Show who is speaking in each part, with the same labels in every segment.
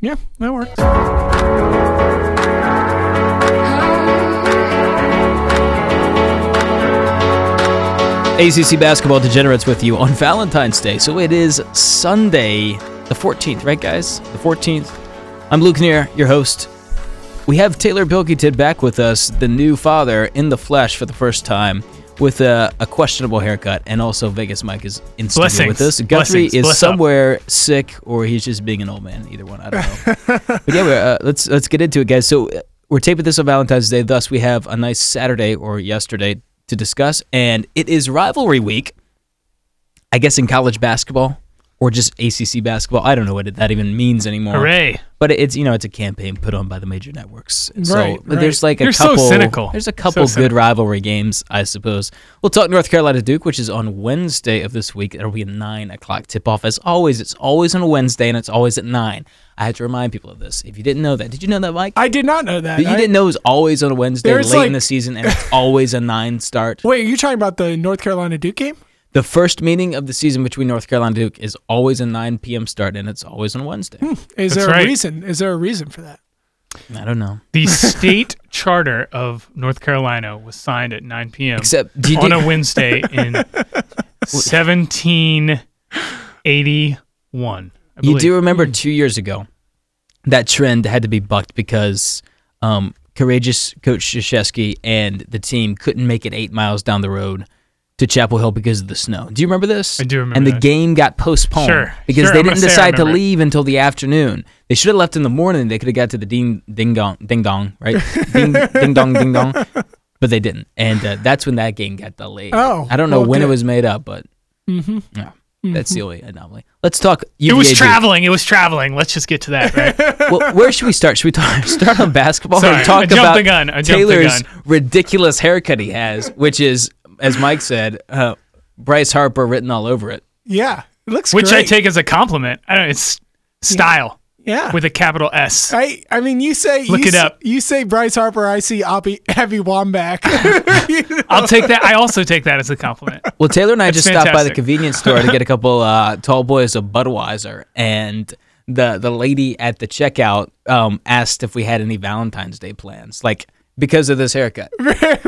Speaker 1: Yeah, that works.
Speaker 2: ACC basketball degenerates with you on Valentine's Day. So it is Sunday, the 14th, right, guys? The 14th. I'm Luke Neer, your host. We have Taylor Bilkington back with us, the new father in the flesh for the first time, with a, a questionable haircut, and also Vegas Mike is in studio
Speaker 3: Blessings.
Speaker 2: with us. Guthrie
Speaker 3: Blessings.
Speaker 2: is
Speaker 3: Bless up.
Speaker 2: somewhere sick, or he's just being an old man. Either one, I don't know. but yeah, we're, uh, let's let's get into it, guys. So uh, we're taping this on Valentine's Day, thus we have a nice Saturday or yesterday to discuss, and it is rivalry week. I guess in college basketball or just ACC basketball. I don't know what it, that even means anymore.
Speaker 3: Hooray!
Speaker 2: But it's you know it's a campaign put on by the major networks. So
Speaker 1: Right,
Speaker 2: but there's like a
Speaker 3: You're so
Speaker 2: couple
Speaker 3: cynical.
Speaker 2: there's a
Speaker 3: So
Speaker 2: couple good
Speaker 3: cynical.
Speaker 2: rivalry games, I suppose. We'll talk North Carolina Duke, which is on Wednesday of this week. It'll be a nine o'clock tip off. As always, it's always on a Wednesday and it's always at nine. I had to remind people of this. If you didn't know that, did you know that, Mike?
Speaker 1: I did not know that.
Speaker 2: But you
Speaker 1: I-
Speaker 2: didn't know it was always on a Wednesday late
Speaker 1: There's
Speaker 2: in
Speaker 1: like-
Speaker 2: the season and it's always a nine start.
Speaker 1: Wait, are you talking about the North Carolina Duke game?
Speaker 2: The first meeting of the season between North Carolina and Duke is always a 9 p.m. start and it's always on Wednesday.
Speaker 1: Is
Speaker 3: That's
Speaker 1: there a
Speaker 3: right.
Speaker 1: reason? Is there a reason for that?
Speaker 2: I don't know.
Speaker 3: The state charter of North Carolina was signed at 9 p.m.
Speaker 2: Except do you
Speaker 3: on
Speaker 2: do-
Speaker 3: a Wednesday in 1781. I
Speaker 2: You
Speaker 3: believe. Mm.
Speaker 2: do remember two years ago, that trend had to be bucked because um, courageous Coach Krzyzewski and the team couldn't make it eight miles down the road to Chapel Hill because of the snow. Do you remember this?
Speaker 3: I do remember
Speaker 2: And the
Speaker 3: that.
Speaker 2: game got postponed
Speaker 3: Sure,
Speaker 2: because
Speaker 3: sure,
Speaker 2: they
Speaker 3: I'm
Speaker 2: didn't
Speaker 3: gonna say I
Speaker 2: decide to
Speaker 3: remember it.
Speaker 2: leave until the afternoon. They should have left in the morning. They could have got to the ding ding dong ding dong right ding ding dong ding dong, but they didn't. And uh, that's when that game got delayed.
Speaker 1: Oh,
Speaker 2: I don't know
Speaker 1: well,
Speaker 2: when it
Speaker 1: good.
Speaker 2: was made up, but yeah, that's the only anomaly. Let's talk.
Speaker 3: Mm-hmm. It was
Speaker 2: UVA Duke
Speaker 3: traveling. It was traveling. Let's just get to that. Right?
Speaker 2: well, where should we start? Should we talk, start on basketball
Speaker 3: Sorry,
Speaker 2: or talk
Speaker 3: I jumped
Speaker 2: about
Speaker 3: the gun. I jumped the
Speaker 2: Taylor's
Speaker 3: gun.
Speaker 2: ridiculous haircut he has, which is, as Mike said, uh, Bryce Harper written all over it.
Speaker 1: Yeah, it looks
Speaker 3: Which I
Speaker 1: great.
Speaker 3: take as a compliment. I don't know. It's style
Speaker 1: Yeah,
Speaker 3: with a capital S.
Speaker 1: I I mean, you say
Speaker 3: Look
Speaker 1: you
Speaker 3: it
Speaker 1: s-
Speaker 3: up.
Speaker 1: You say Bryce Harper. I see Abby, Abby Wambach.
Speaker 3: I'll take that. I also take that as a compliment.
Speaker 2: Well, Taylor and I
Speaker 3: That's
Speaker 2: just stopped by the
Speaker 3: fantastic.
Speaker 2: convenience store to get a couple uh, tall boys of Budweiser, and the the lady at the checkout um, asked if we had any Valentine's Day plans, like because of this haircut.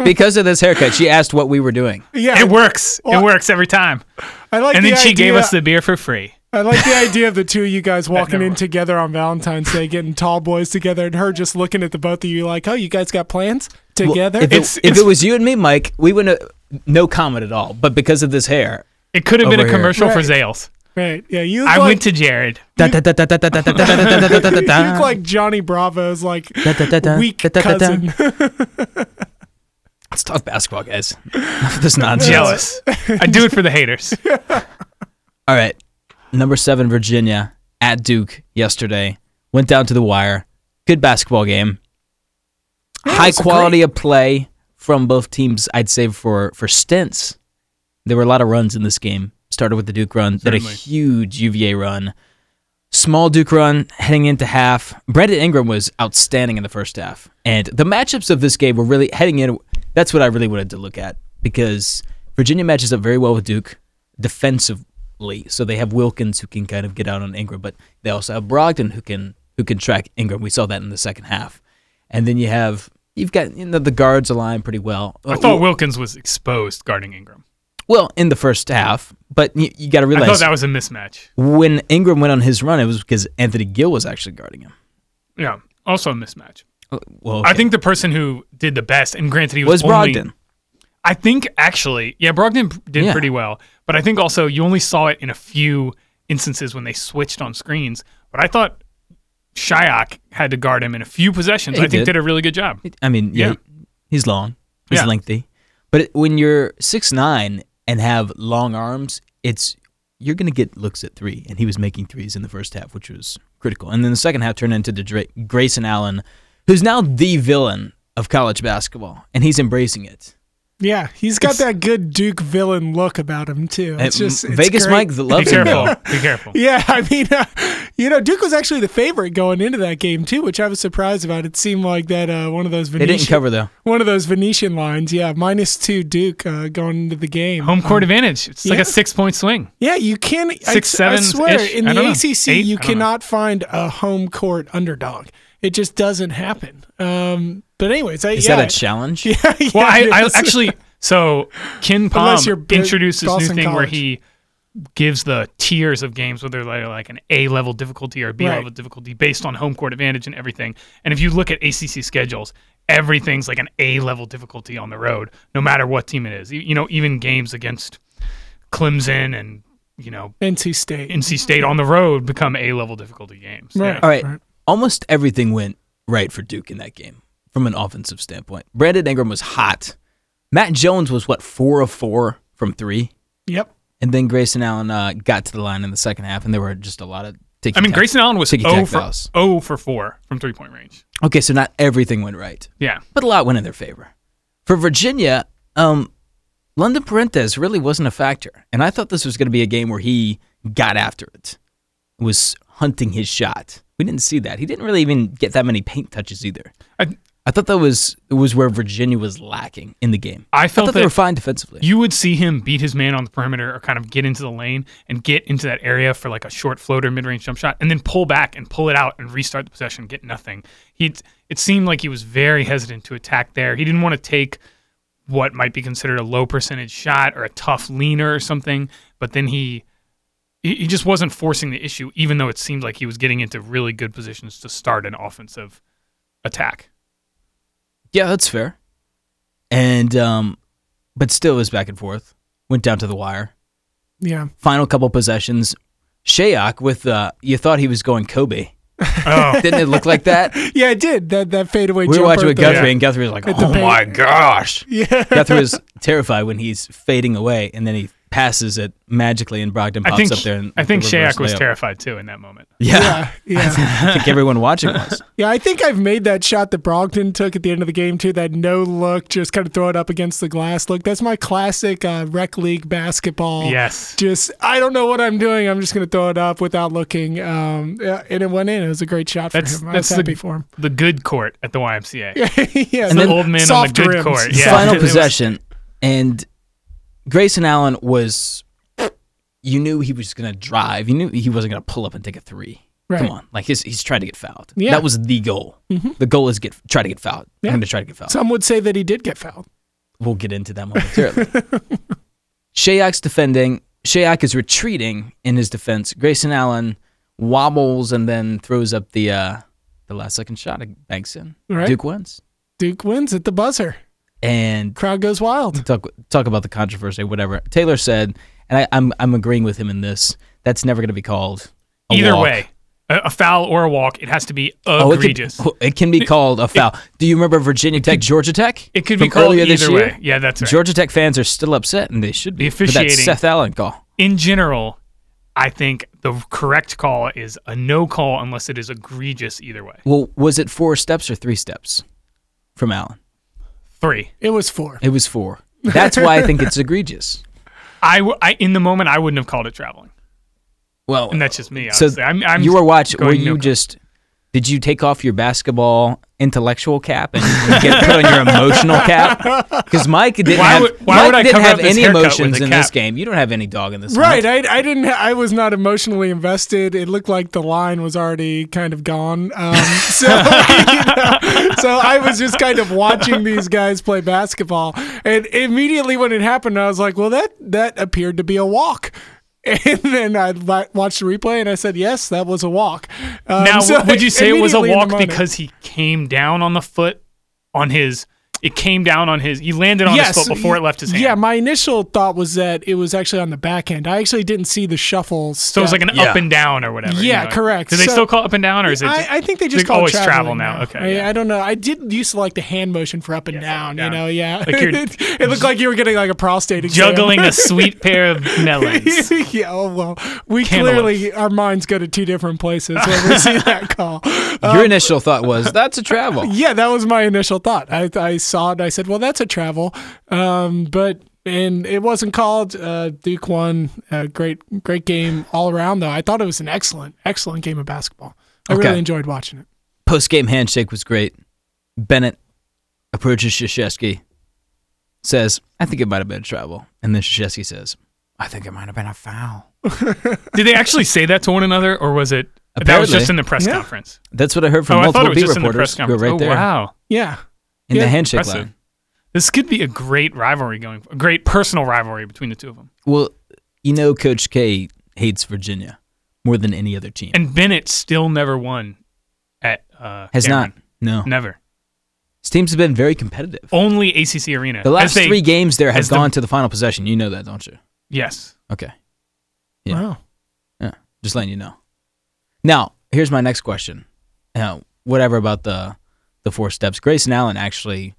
Speaker 2: because of this haircut, she asked what we were doing.
Speaker 1: yeah,
Speaker 3: It works.
Speaker 1: Well,
Speaker 3: it works every time.
Speaker 1: I like.
Speaker 3: And
Speaker 1: the
Speaker 3: then she gave
Speaker 1: idea-
Speaker 3: us the beer for free.
Speaker 1: I like the idea of the two of you guys walking
Speaker 3: never
Speaker 1: in
Speaker 3: worked.
Speaker 1: together on Valentine's Day, getting tall boys together, and her just looking at the both of you like, "Oh, you guys got plans together?"
Speaker 2: Well, if,
Speaker 3: It's-
Speaker 2: it, if it was you and me, Mike, we wouldn't have, no comment at all. But because of this hair,
Speaker 3: It could have been
Speaker 2: Over
Speaker 3: a
Speaker 2: here.
Speaker 3: commercial for
Speaker 1: Right.
Speaker 3: Zales.
Speaker 1: right? Yeah, you. Look
Speaker 3: I
Speaker 1: like,
Speaker 3: went to Jared.
Speaker 2: Da, da, da, da, da, da, da, da, da, da, da, da, da, da,
Speaker 1: You look
Speaker 2: da.
Speaker 1: like Johnny Bravo's like
Speaker 2: Da, da, da, da,
Speaker 1: weak
Speaker 2: da, da, da, da.
Speaker 1: cousin.
Speaker 2: Let's talk basketball, guys. Enough of this nonsense.
Speaker 3: Jealous. I do it for the haters.
Speaker 2: All right, number seven, Virginia at Duke yesterday went down to the wire. Good basketball game. High
Speaker 1: was
Speaker 2: quality of play from both teams. I'd say for for stints, there were a lot of runs in this game. Started with the Duke run, then a
Speaker 3: Certainly.
Speaker 2: huge UVA run. Small Duke run heading into half. Brandon Ingram was outstanding in the first half. And the matchups of this game were really heading in. That's what I really wanted to look at because Virginia matches up very well with Duke defensively. So they have Wilkins who can kind of get out on Ingram, but they also have Brogdon who can who can track Ingram. We saw that in the second half. And then you have you've got you know the guards align pretty well.
Speaker 3: I thought Wilkins was exposed guarding Ingram.
Speaker 2: well in the first half, but you, you got to
Speaker 3: I
Speaker 2: realize
Speaker 3: thought that was a mismatch.
Speaker 2: when Ingram went on his run, it was because Anthony Gill was actually guarding him.
Speaker 3: Yeah, also a mismatch.
Speaker 2: Well,
Speaker 3: Uh, I think the person who did the best, and granted he
Speaker 2: was
Speaker 3: was, only-
Speaker 2: Brogdon.
Speaker 3: I think actually, yeah, Brogdon p- did
Speaker 2: Yeah.
Speaker 3: pretty well, but I think also you only saw it in a few instances when they switched on screens. But I thought Shayok had to guard him in a few possessions.
Speaker 2: He
Speaker 3: I think
Speaker 2: did.
Speaker 3: did a really good job.
Speaker 2: I mean, yeah,
Speaker 3: Yeah.
Speaker 2: he's long, he's
Speaker 3: Yeah.
Speaker 2: lengthy, but it- when you're six nine and have long arms, it's you're gonna get looks at three, and he was making threes in the first half, which was critical, and then the second half turned into the Dra- Grayson Allen, who's now the villain of college basketball, and he's embracing it.
Speaker 1: Yeah, he's got that good Duke villain look about him too. It's
Speaker 2: And
Speaker 1: just it's
Speaker 2: Uh, Vegas
Speaker 1: great.
Speaker 2: Mike
Speaker 3: Be
Speaker 2: loves him
Speaker 3: careful.
Speaker 2: though.
Speaker 3: Be careful.
Speaker 1: Yeah, I mean, uh, you know, Duke was actually the favorite going into that game too, which I was surprised about. It seemed like that uh, one of those
Speaker 2: They
Speaker 1: Venetian
Speaker 2: didn't cover though.
Speaker 1: one of those Venetian lines. Yeah, minus two Duke uh, going into the game.
Speaker 3: Home court advantage. It's like
Speaker 1: yeah.
Speaker 3: a six point swing.
Speaker 1: Yeah, you can.
Speaker 3: Six,
Speaker 1: I, I
Speaker 3: sevens-ish?
Speaker 1: swear, in
Speaker 3: I
Speaker 1: the
Speaker 3: don't know.
Speaker 1: ACC,
Speaker 3: Eight?
Speaker 1: you
Speaker 3: I don't know.
Speaker 1: cannot find a home court underdog. It just doesn't happen. Um, but anyways, I,
Speaker 2: Is
Speaker 1: yeah,
Speaker 2: that a challenge? Yeah.
Speaker 1: yeah,
Speaker 3: Well,
Speaker 1: it
Speaker 3: I, I
Speaker 1: is.
Speaker 3: actually so Ken Palm
Speaker 1: Unless you're Br-
Speaker 3: introduced this new
Speaker 1: Dawson
Speaker 3: thing where
Speaker 1: College.
Speaker 3: he gives the tiers of games, whether they're like an A level difficulty or a B
Speaker 1: Right.
Speaker 3: level difficulty, based on home court advantage and everything. And if you look at ACC schedules, everything's like an A level difficulty on the road, no matter what team it is. E, You, you know, even games against Clemson and you know
Speaker 1: NC State.
Speaker 3: NC State on the road become A level difficulty games.
Speaker 1: Right.
Speaker 3: Yeah.
Speaker 2: All right.
Speaker 1: Right.
Speaker 2: Almost everything went right for Duke in that game from an offensive standpoint. Brandon Ingram was hot. Matt Jones was what four of four from three,
Speaker 1: yep.
Speaker 2: and then Grayson Allen uh, got to the line in the second half, and there were just a lot of.
Speaker 3: I mean, Grayson Allen was
Speaker 2: Tiki
Speaker 3: 0
Speaker 2: Tac
Speaker 3: for,
Speaker 2: fouls.
Speaker 3: 0 for 4 from three point range.
Speaker 2: Okay, so not everything went right.
Speaker 3: Yeah.
Speaker 2: but a lot went in their favor. For Virginia, um, London Parentes really wasn't a factor, and I thought this was going to be a game where he got after it, was hunting his shot. We didn't see that. He didn't really even get that many paint touches either.
Speaker 3: I,
Speaker 2: I thought that was was where Virginia was lacking in the game.
Speaker 3: I
Speaker 2: I
Speaker 3: felt
Speaker 2: thought they
Speaker 3: that-
Speaker 2: were fine defensively.
Speaker 3: you would see him beat his man on the perimeter or kind of get into the lane and get into that area for like a short floater mid-range jump shot and then pull back and pull it out and restart the possession get nothing he it seemed like he was very hesitant to attack there he didn't want to take what might be considered a low percentage shot or a tough leaner or something but then he he he just wasn't forcing the issue even though it seemed like he was getting into really good positions to start an offensive attack
Speaker 2: yeah, that's fair. And um, but still, it was back and forth. Went down to the wire.
Speaker 1: Yeah.
Speaker 2: Final couple possessions. Shayok with uh, you thought he was going Kobe.
Speaker 3: oh
Speaker 2: Didn't it look like that?
Speaker 1: Yeah, it did. That that fadeaway
Speaker 2: we were
Speaker 1: jumper
Speaker 2: watching
Speaker 1: at
Speaker 2: with
Speaker 1: the-
Speaker 2: Guthrie, and Guthrie was like,
Speaker 1: At the
Speaker 2: "Oh
Speaker 1: paint.
Speaker 2: my gosh!"
Speaker 1: Yeah.
Speaker 2: Guthrie was terrified when he's fading away, and then he passes it magically, and Brogdon pops
Speaker 3: i think
Speaker 2: up there. And
Speaker 3: i think
Speaker 2: with the reverse
Speaker 3: Shaq was
Speaker 2: layup.
Speaker 3: terrified too in that moment
Speaker 2: Yeah,
Speaker 1: Yeah. Yeah.
Speaker 2: I think everyone watching was.
Speaker 1: Yeah, I think I've made that shot that Brogdon took at the end of the game too. That no look, just kind of throw it up against the glass look. That's my classic uh, rec league
Speaker 2: Oh.
Speaker 1: basketball.
Speaker 3: yes
Speaker 1: Just I don't know what I'm doing. I'm just gonna throw it up without looking. Um, yeah, and it went in. It was a great shot for
Speaker 3: That's-
Speaker 1: him. I
Speaker 3: that's
Speaker 1: was
Speaker 3: the-
Speaker 1: happy for him.
Speaker 3: the good court at the YMCA.
Speaker 1: yeah,
Speaker 2: And
Speaker 3: The
Speaker 2: then
Speaker 3: old man on the
Speaker 1: soft
Speaker 3: good
Speaker 1: rims.
Speaker 3: court. Yeah.
Speaker 2: Final
Speaker 3: It was-
Speaker 2: possession, and Grayson Allen was. You knew he was going to drive. You knew he wasn't going to pull up and take a three.
Speaker 1: Right.
Speaker 2: Come on, like he's, he's trying to get fouled.
Speaker 1: Yeah. Mm-hmm.
Speaker 2: That was the goal. The goal is get try to get fouled.
Speaker 1: Yeah.
Speaker 2: I'm going to try to get fouled.
Speaker 1: Some would say that he did get fouled.
Speaker 2: We'll get into that momentarily. Shayak's defending. Shayak is retreating in his defense. Grayson Allen wobbles and then throws up the uh, the last second shot. It Banks in.
Speaker 1: Right.
Speaker 2: Duke wins.
Speaker 1: Duke wins at the buzzer.
Speaker 2: And
Speaker 1: Crowd goes wild.
Speaker 2: talk talk about the controversy, whatever. Taylor said, and I, I'm I'm agreeing with him in this. That's never going to be called. a
Speaker 3: Either
Speaker 2: walk.
Speaker 3: way, a, a foul or a walk, it has to be
Speaker 2: Oh, it can,
Speaker 3: egregious.
Speaker 2: it can be called a foul. Do you remember Virginia Tech, Georgia Tech?
Speaker 3: it could
Speaker 2: from
Speaker 3: be called
Speaker 2: earlier this
Speaker 3: either
Speaker 2: year?
Speaker 3: way. Yeah, that's right.
Speaker 2: Georgia Tech fans are still upset, and they should be.
Speaker 3: The
Speaker 2: for that
Speaker 3: officiating-
Speaker 2: Seth Allen call.
Speaker 3: In general, I think the correct call is a no call unless it is egregious either way.
Speaker 2: Well, was it four steps or three steps from Allen?
Speaker 3: Three.
Speaker 1: It was four.
Speaker 2: It was four. That's why I think it's egregious.
Speaker 3: I, w- I in the moment I wouldn't have called it traveling,
Speaker 2: Well,
Speaker 3: and that's just me.
Speaker 2: so
Speaker 3: Honestly. I'm, I'm
Speaker 2: you were watching. Were
Speaker 3: going no
Speaker 2: you
Speaker 3: call.
Speaker 2: just? Did you take off your basketball intellectual cap and, and get put on your emotional cap? Because Mike didn't
Speaker 3: Why
Speaker 2: have,
Speaker 3: would- why
Speaker 2: Mike
Speaker 3: would I
Speaker 2: didn't
Speaker 3: cover
Speaker 2: have
Speaker 3: up his
Speaker 2: any
Speaker 3: haircut with
Speaker 2: emotions
Speaker 3: a
Speaker 2: in this
Speaker 3: cap?
Speaker 2: game. You don't have any dog in this.
Speaker 1: Right.
Speaker 2: hunt.
Speaker 1: I, I didn't. I was not emotionally invested. It looked like the line was already kind of gone. Um, so, you know, so I was just kind of watching these guys play basketball. And immediately when it happened, I was like, "Well, that that appeared to be a walk." And then I li- watched the replay and I said, "Yes, that was a walk." Um,
Speaker 3: now,
Speaker 1: so
Speaker 3: would you say it was
Speaker 1: immediately
Speaker 3: a
Speaker 1: in the
Speaker 3: walk
Speaker 1: moment-
Speaker 3: because he came down on the foot on his? It came down on his. He landed on his foot before it left his hand.
Speaker 1: Yeah, my initial thought was that it was actually on the back end. I actually didn't see the shuffle.
Speaker 3: So it's like an
Speaker 2: Yeah.
Speaker 3: up and down or whatever.
Speaker 1: Yeah, correct.
Speaker 3: Do they
Speaker 1: So-
Speaker 3: still call up and down, or is it?
Speaker 1: I, I think they just
Speaker 3: they
Speaker 1: call it
Speaker 3: always
Speaker 1: traveling
Speaker 3: travel now. Okay,
Speaker 1: I,
Speaker 3: yeah.
Speaker 1: I don't know. I did used to like the hand motion for up and down,
Speaker 3: down.
Speaker 1: You know, yeah.
Speaker 3: Like you're-
Speaker 1: it, looked like you were getting like a prostate exam.
Speaker 3: juggling a sweet pair of melons?
Speaker 1: yeah. Oh well, we
Speaker 3: Cantaloupes.
Speaker 1: clearly our minds go to two different places when we see that call.
Speaker 3: uh,
Speaker 1: Uh,
Speaker 2: Your initial thought was that's a travel.
Speaker 1: Yeah, that was my initial thought. I, I saw it and I said, well, that's a travel. Um, but and it wasn't called. Uh, Duke won. Uh, great, great game all around. Though I thought it was an excellent, excellent game of basketball. I
Speaker 2: Okay.
Speaker 1: really enjoyed watching it.
Speaker 2: Post game handshake was great. Bennett approaches Shashesky, says, I think it might have been a travel. And then Shashesky says, I think it might have been a foul.
Speaker 3: Did they actually say that to one another, or was it that was
Speaker 2: Apparently.
Speaker 3: just in the press
Speaker 1: Yeah.
Speaker 3: conference?
Speaker 2: That's what I heard
Speaker 3: Oh,
Speaker 2: from
Speaker 3: I thought it
Speaker 2: multiple
Speaker 3: was
Speaker 2: beat
Speaker 3: just in the
Speaker 2: reporters
Speaker 3: press
Speaker 2: who were
Speaker 3: conference.
Speaker 2: right
Speaker 3: oh,
Speaker 2: there
Speaker 3: wow,
Speaker 1: Yeah,
Speaker 2: in
Speaker 1: Yeah,
Speaker 2: the handshake
Speaker 3: impressive.
Speaker 2: line.
Speaker 3: This could be a great rivalry going, a great personal rivalry between the two of them.
Speaker 2: Well, you know, Coach K hates Virginia more than any other team.
Speaker 3: And Bennett still never won at uh,
Speaker 2: Has
Speaker 3: Cameron.
Speaker 2: not. No.
Speaker 3: never
Speaker 2: His teams have been very competitive.
Speaker 3: only ACC Arena.
Speaker 2: The
Speaker 3: As
Speaker 2: last
Speaker 3: they-
Speaker 2: three games there have
Speaker 3: as the-
Speaker 2: gone to the final possession. You know that, don't you?
Speaker 3: yes,
Speaker 2: Okay. Yeah.
Speaker 1: wow.
Speaker 2: Yeah, just letting you know. Now, here's my next question. Now, whatever about the the four steps, Grayson Allen actually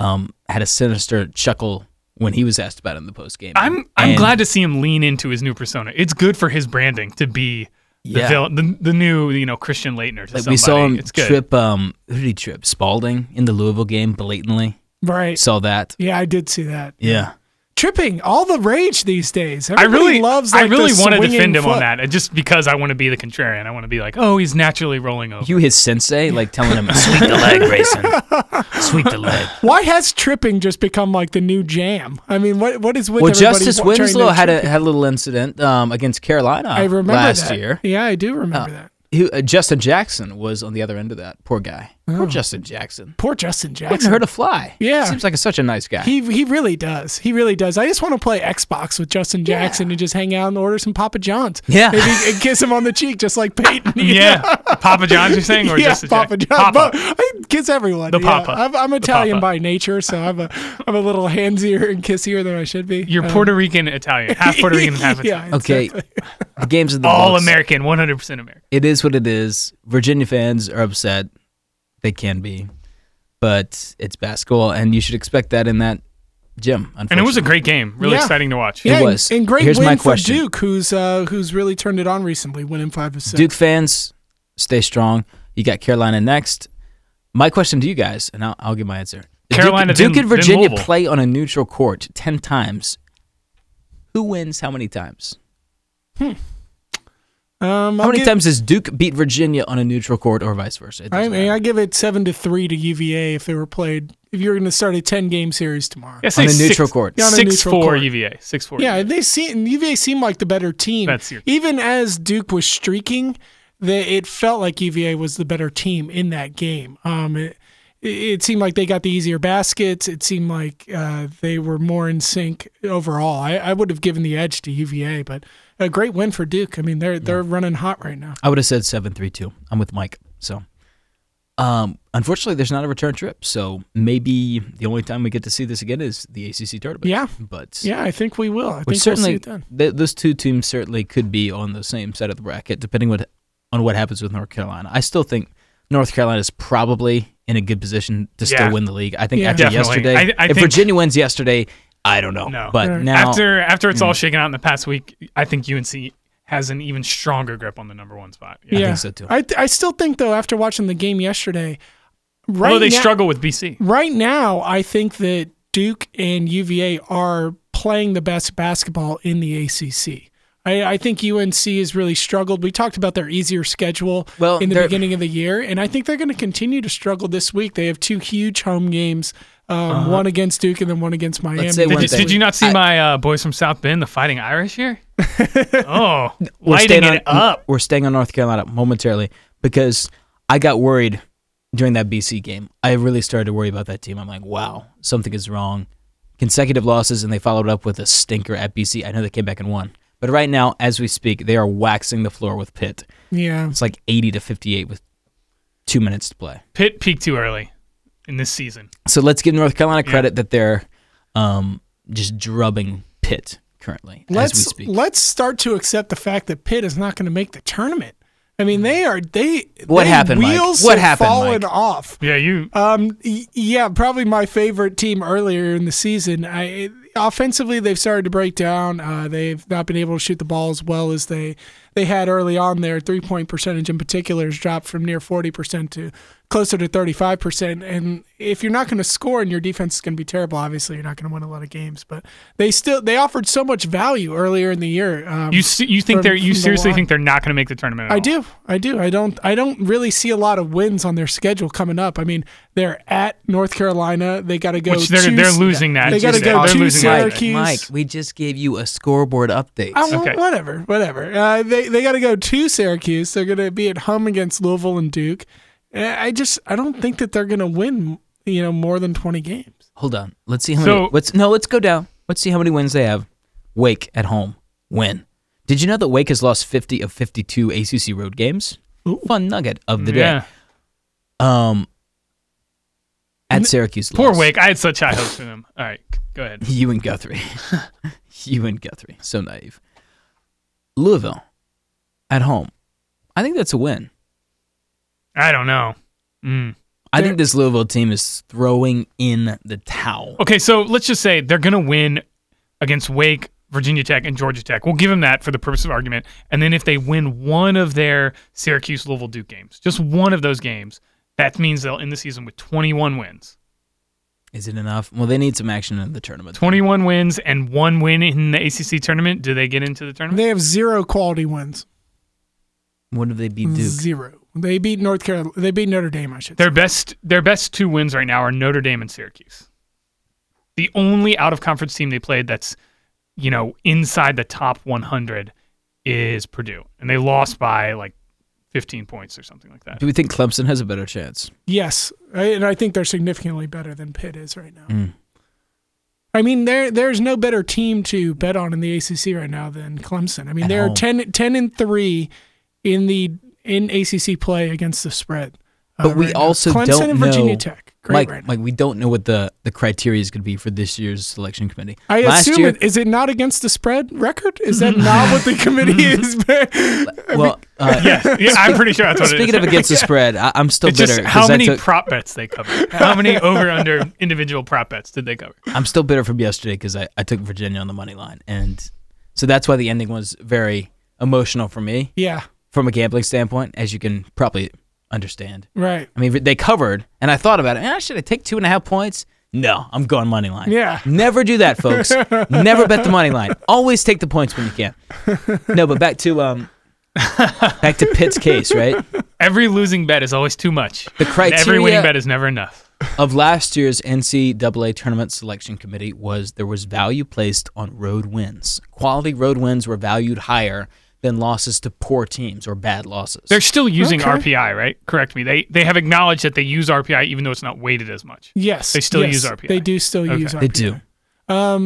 Speaker 2: um, had a sinister chuckle when he was asked about it in the post game.
Speaker 3: I'm I'm glad to see him lean into his new persona. It's good for his branding to be the
Speaker 2: Yeah.
Speaker 3: villain, the, the new you know Christian Leitner. To
Speaker 2: like
Speaker 3: somebody.
Speaker 2: we saw him
Speaker 3: It's good.
Speaker 2: trip. Um, who did he trip? Spalding in the Louisville game blatantly.
Speaker 1: Right.
Speaker 2: Saw that.
Speaker 1: Yeah, I did see that.
Speaker 2: Yeah.
Speaker 1: Tripping, all the rage these days.
Speaker 3: I
Speaker 1: Everybody
Speaker 3: really
Speaker 1: loves.
Speaker 3: I
Speaker 1: like, the
Speaker 3: really want to
Speaker 1: swinging
Speaker 3: defend him on
Speaker 1: foot.
Speaker 3: that, uh, just because I want to be the contrarian. I want to be like, oh, he's naturally rolling over.
Speaker 2: You his sensei like telling him sweep the leg, Grayson. Sweep the leg.
Speaker 1: Why has tripping just become like the new jam? I mean, what what is with
Speaker 2: Well,
Speaker 1: everybody
Speaker 2: Justice
Speaker 1: wa- trying to
Speaker 2: Winslow had a
Speaker 1: trip-
Speaker 2: had a little incident um, against Carolina
Speaker 1: I remember
Speaker 2: last
Speaker 1: that.
Speaker 2: year.
Speaker 1: Yeah, I do remember
Speaker 2: Uh,
Speaker 1: that.
Speaker 2: Who, uh, Justin Jackson was on the other end of that. Poor guy. Poor Justin Jackson.
Speaker 1: Poor Justin
Speaker 2: Hasn't
Speaker 1: Jackson.
Speaker 2: hurt a fly.
Speaker 1: Oh. Yeah.
Speaker 2: Seems like such a nice guy.
Speaker 1: He he really does. He really does. I just want to play Xbox with Justin Jackson and just hang out and order some Papa John's.
Speaker 2: Yeah.
Speaker 1: Maybe and kiss him on the cheek just like Peyton.
Speaker 3: yeah, Papa John's you're saying, or
Speaker 1: yeah,
Speaker 3: just a
Speaker 1: Papa
Speaker 3: Jack-
Speaker 1: John.
Speaker 3: Papa.
Speaker 1: But I kiss everyone.
Speaker 3: The
Speaker 1: yeah.
Speaker 3: Papa.
Speaker 1: I'm, I'm Italian
Speaker 3: Papa.
Speaker 1: by nature, so I'm a I'm a little handsier and kissier than I should be.
Speaker 3: You're
Speaker 1: Um,
Speaker 3: Puerto Rican Italian, half Puerto Rican, half Italian.
Speaker 1: yeah,
Speaker 2: okay.
Speaker 1: exactly.
Speaker 2: The games of the
Speaker 3: All
Speaker 2: Bucks.
Speaker 3: American, 100 percent American.
Speaker 2: It is what it is. Virginia fans are upset. They can be, but it's basketball, and you should expect that in that gym.
Speaker 3: And it was a
Speaker 2: unfortunately.
Speaker 3: great game, really
Speaker 1: Yeah.
Speaker 3: exciting to watch.
Speaker 2: It
Speaker 1: Yeah, and-
Speaker 2: was.
Speaker 1: And, great
Speaker 2: Here's
Speaker 1: win
Speaker 2: my
Speaker 1: for
Speaker 2: question.
Speaker 1: Duke, who's uh, who's really turned it on recently, winning five of six.
Speaker 2: Duke fans, stay strong. You got Carolina next. My question to you guys, and I'll, I'll give my answer. Duke-
Speaker 3: Carolina,
Speaker 2: Duke,
Speaker 3: then-
Speaker 2: and
Speaker 3: then
Speaker 2: Virginia
Speaker 3: Louisville.
Speaker 2: play on a neutral court ten times. Who wins? How many times?
Speaker 1: Um,
Speaker 2: How
Speaker 1: I'll
Speaker 2: many
Speaker 1: give-
Speaker 2: times does Duke beat Virginia on a neutral court or vice versa? It
Speaker 1: I
Speaker 2: doesn't
Speaker 1: mean,
Speaker 2: matter.
Speaker 1: I give it seven to three to UVA if they were played. If you were going to start a ten game series tomorrow,
Speaker 3: Yeah,
Speaker 2: on
Speaker 3: say
Speaker 2: a neutral
Speaker 3: six,
Speaker 2: court.
Speaker 1: Yeah, on a
Speaker 3: six
Speaker 1: neutral
Speaker 3: four
Speaker 1: court.
Speaker 3: UVA, six four.
Speaker 1: yeah,
Speaker 3: UVA.
Speaker 1: they seem UVA seemed like the better team.
Speaker 3: That's your-
Speaker 1: Even as Duke was streaking, the, it felt like UVA was the better team in that game. Um, it, it- it seemed like they got the easier baskets. It seemed like uh, they were more in sync overall. I, I would have given the edge to UVA, but a great win for Duke. I mean, they're they're running hot right now.
Speaker 2: I would have said seven three two. I'm with Mike. So, um, unfortunately, there's not a return trip. So maybe the only time we get to see this again is the ACC tournament.
Speaker 1: Yeah.
Speaker 2: but
Speaker 1: Yeah, I think we will. I
Speaker 2: which
Speaker 1: think we'll see
Speaker 2: certainly
Speaker 1: it then.
Speaker 2: th- those two teams certainly could be on the same side of the bracket, depending what on what happens with North Carolina. I still think North Carolina is probably in a good position to
Speaker 3: Yeah.
Speaker 2: still win the league. I think
Speaker 1: Yeah.
Speaker 2: after
Speaker 3: Definitely.
Speaker 2: yesterday,
Speaker 3: I- I
Speaker 2: if
Speaker 3: think-
Speaker 2: Virginia wins yesterday, I don't know.
Speaker 3: No.
Speaker 2: but
Speaker 1: Right.
Speaker 2: now hmm.
Speaker 3: after after it's all shaken out in the past week, I think UNC has an even stronger grip on the number one spot.
Speaker 1: Yeah,
Speaker 2: think so, too.
Speaker 1: I, th- I still think though after watching the game yesterday, right
Speaker 3: Although they
Speaker 1: now,
Speaker 3: struggle with BC.
Speaker 1: right now I think that Duke and UVA are playing the best basketball in the ACC. I, I think UNC has really struggled. We talked about their easier schedule
Speaker 2: Well,
Speaker 1: in the
Speaker 2: they're-
Speaker 1: beginning of the year, and I think they're going to continue to struggle this week. They have two huge home games, um,
Speaker 2: Uh-huh.
Speaker 1: one against Duke and then one against Miami.
Speaker 2: say
Speaker 3: Did
Speaker 2: one
Speaker 3: you,
Speaker 2: thing.
Speaker 3: did you not see
Speaker 2: I-
Speaker 3: my uh, boys from South Bend, the Fighting Irish here? oh,
Speaker 2: we're
Speaker 3: lighting
Speaker 2: staying
Speaker 3: it
Speaker 2: on,
Speaker 3: up.
Speaker 2: We're staying on North Carolina momentarily because I got worried during that BC game. I really started to worry about that team. I'm like, wow, something is wrong. Consecutive losses, and they followed up with a stinker at BC. I know they came back and won, but right now, as we speak, they are waxing the floor with Pitt.
Speaker 1: yeah,
Speaker 2: It's like 80 to 58 with two minutes to play.
Speaker 3: Pitt peaked too early in this season.
Speaker 2: So let's give North Carolina credit that they're um, just drubbing Pitt currently
Speaker 1: let's
Speaker 2: as we speak.
Speaker 1: let's start to accept the fact that Pitt is not going to make the tournament. I
Speaker 2: Hmm.
Speaker 1: mean, they are they.
Speaker 2: What
Speaker 1: they
Speaker 2: happened, Mike?
Speaker 1: Wheels
Speaker 2: What
Speaker 1: have
Speaker 2: happened,
Speaker 1: Fallen
Speaker 2: Mike?
Speaker 1: off.
Speaker 3: Yeah, you.
Speaker 1: Um, y- yeah, probably my favorite team earlier in the season. I offensively they've started to break down. Uh, they've not been able to shoot the ball as well as they they had early on their three point percentage in particular has dropped from near 40% to closer to 35%. And if you're not going to score and your defense is going to be terrible, obviously you're not going to win a lot of games. But they still they offered so much value earlier in the year. Um,
Speaker 3: You se- you think
Speaker 1: from-
Speaker 3: they're you
Speaker 1: from the
Speaker 3: seriously
Speaker 1: line.
Speaker 3: think they're not going to make the tournament? At
Speaker 1: I
Speaker 3: all?
Speaker 1: do. I do. I don't I don't really see a lot of wins on their schedule coming up. I mean, they're at North Carolina. They got to go
Speaker 3: Which they're
Speaker 1: to
Speaker 3: they're losing that.
Speaker 1: They gotta
Speaker 3: Tuesday.
Speaker 1: go
Speaker 3: They're
Speaker 1: to
Speaker 3: losing that.
Speaker 1: Syracuse.
Speaker 2: Mike, we just gave you a scoreboard update.
Speaker 1: I won't-
Speaker 3: Okay.
Speaker 1: Oh, Whatever, whatever. Uh, they they got to go to Syracuse. They're going to be at home against Louisville and Duke. Uh, I just I don't think that they're going to win. You know, more than twenty games.
Speaker 2: Hold on. Let's see how
Speaker 3: So-
Speaker 2: many. Let's no. Let's go down. Let's see how many wins they have. Wake at home. Win. Did you know that Wake has lost 50 of 52 ACC road games? Fun nugget of the
Speaker 3: Yeah.
Speaker 2: day. Um, at Syracuse.
Speaker 3: Poor
Speaker 2: lost.
Speaker 3: Wake. I had such high hopes for them. All right, c- go ahead.
Speaker 2: You and Guthrie. you and Guthrie. So naive. Louisville at home. I think that's a win.
Speaker 3: I don't know. Mm.
Speaker 2: I think this Louisville team is throwing in the towel.
Speaker 3: Okay, so let's just say they're going to win against Wake, Virginia Tech, and Georgia Tech. We'll give them that for the purpose of argument. And then if they win one of their Syracuse Louisville Duke games, just one of those games, that means they'll end the season with 21 wins.
Speaker 2: Is it enough? Well, they need some action in the tournament.
Speaker 3: 21 wins and one win in the ACC tournament. Do they get into the tournament?
Speaker 1: They have zero quality wins.
Speaker 2: What do they beat Duke?
Speaker 1: Zero. They beat North Carolina. They beat Notre Dame. I should. say.
Speaker 3: Their best their best two wins right now are Notre Dame and Syracuse. The only out of conference team they played that's, you know, inside the top 100 is Purdue, and they lost by like 15 points or something like that.
Speaker 2: Do we think Clemson has a better chance?
Speaker 1: Yes, I, and I think they're significantly better than Pitt is right now.
Speaker 2: Mm.
Speaker 1: I mean, there there's no better team to bet on in the ACC right now than Clemson. I mean,
Speaker 2: At
Speaker 1: they're
Speaker 2: home.
Speaker 1: 10, 10 and three in the in ACC play against the spread. uh,
Speaker 2: But we
Speaker 1: right now.
Speaker 2: also
Speaker 1: Clemson
Speaker 2: don't
Speaker 1: and Virginia
Speaker 2: know-
Speaker 1: Tech. Great
Speaker 2: Like,
Speaker 1: right now.
Speaker 2: like we don't know what the, the criteria is going to be for this year's selection committee.
Speaker 1: I
Speaker 2: Last
Speaker 1: assume
Speaker 2: year,
Speaker 1: it is it not against the spread record? Is that not what the committee is?
Speaker 2: well, uh,
Speaker 3: yeah, yeah, I'm pretty sure that's what it
Speaker 2: speaking
Speaker 3: is.
Speaker 2: of against the spread, I, I'm still
Speaker 3: it's
Speaker 2: bitter.
Speaker 3: just
Speaker 2: 'cause
Speaker 3: how
Speaker 2: I
Speaker 3: many
Speaker 2: took-
Speaker 3: prop bets they covered. How many over under individual prop bets did they cover?
Speaker 2: I'm still bitter from yesterday because I, I took Virginia on the money line, and so that's why the ending was very emotional for me
Speaker 1: yeah,
Speaker 2: from a gambling standpoint, as you can probably understand.
Speaker 1: right.
Speaker 2: I mean, they covered, and I thought about it. Eh, should I take two and a half points? No, I'm going money line.
Speaker 1: Yeah.
Speaker 2: Never do that, folks. Never bet the money line. Always take the points when you can. No, but back to um, back to Pitt's case, right?
Speaker 3: Every losing bet is always too much.
Speaker 2: The
Speaker 3: and every winning
Speaker 2: criteria-
Speaker 3: bet is never enough.
Speaker 2: Of last year's NCAA tournament selection committee was there was value placed on road wins. Quality road wins were valued higher than losses to poor teams or bad losses.
Speaker 3: They're still using
Speaker 1: Okay.
Speaker 3: RPI, right? Correct me. They they have acknowledged that they use RPI even though it's not weighted as much.
Speaker 1: Yes,
Speaker 3: They still
Speaker 1: yes,
Speaker 3: use RPI.
Speaker 1: They do still use RPI.
Speaker 2: they do.
Speaker 1: Um,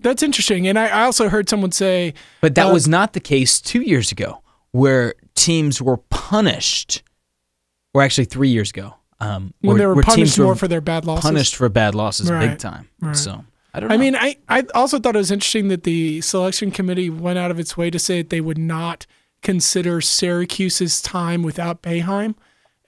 Speaker 1: That's interesting. And I, I also heard someone say
Speaker 2: But that was not the case two years ago, where teams were punished, or actually three years ago, um,
Speaker 1: when
Speaker 2: where,
Speaker 1: they were
Speaker 2: where
Speaker 1: punished
Speaker 2: teams were
Speaker 1: more for their bad losses.
Speaker 2: punished for bad losses
Speaker 1: Right,
Speaker 2: big time.
Speaker 1: right.
Speaker 2: So I don't. Know.
Speaker 1: I mean, I, I also thought it was interesting that the selection committee went out of its way to say that they would not consider Syracuse's time without Bayheim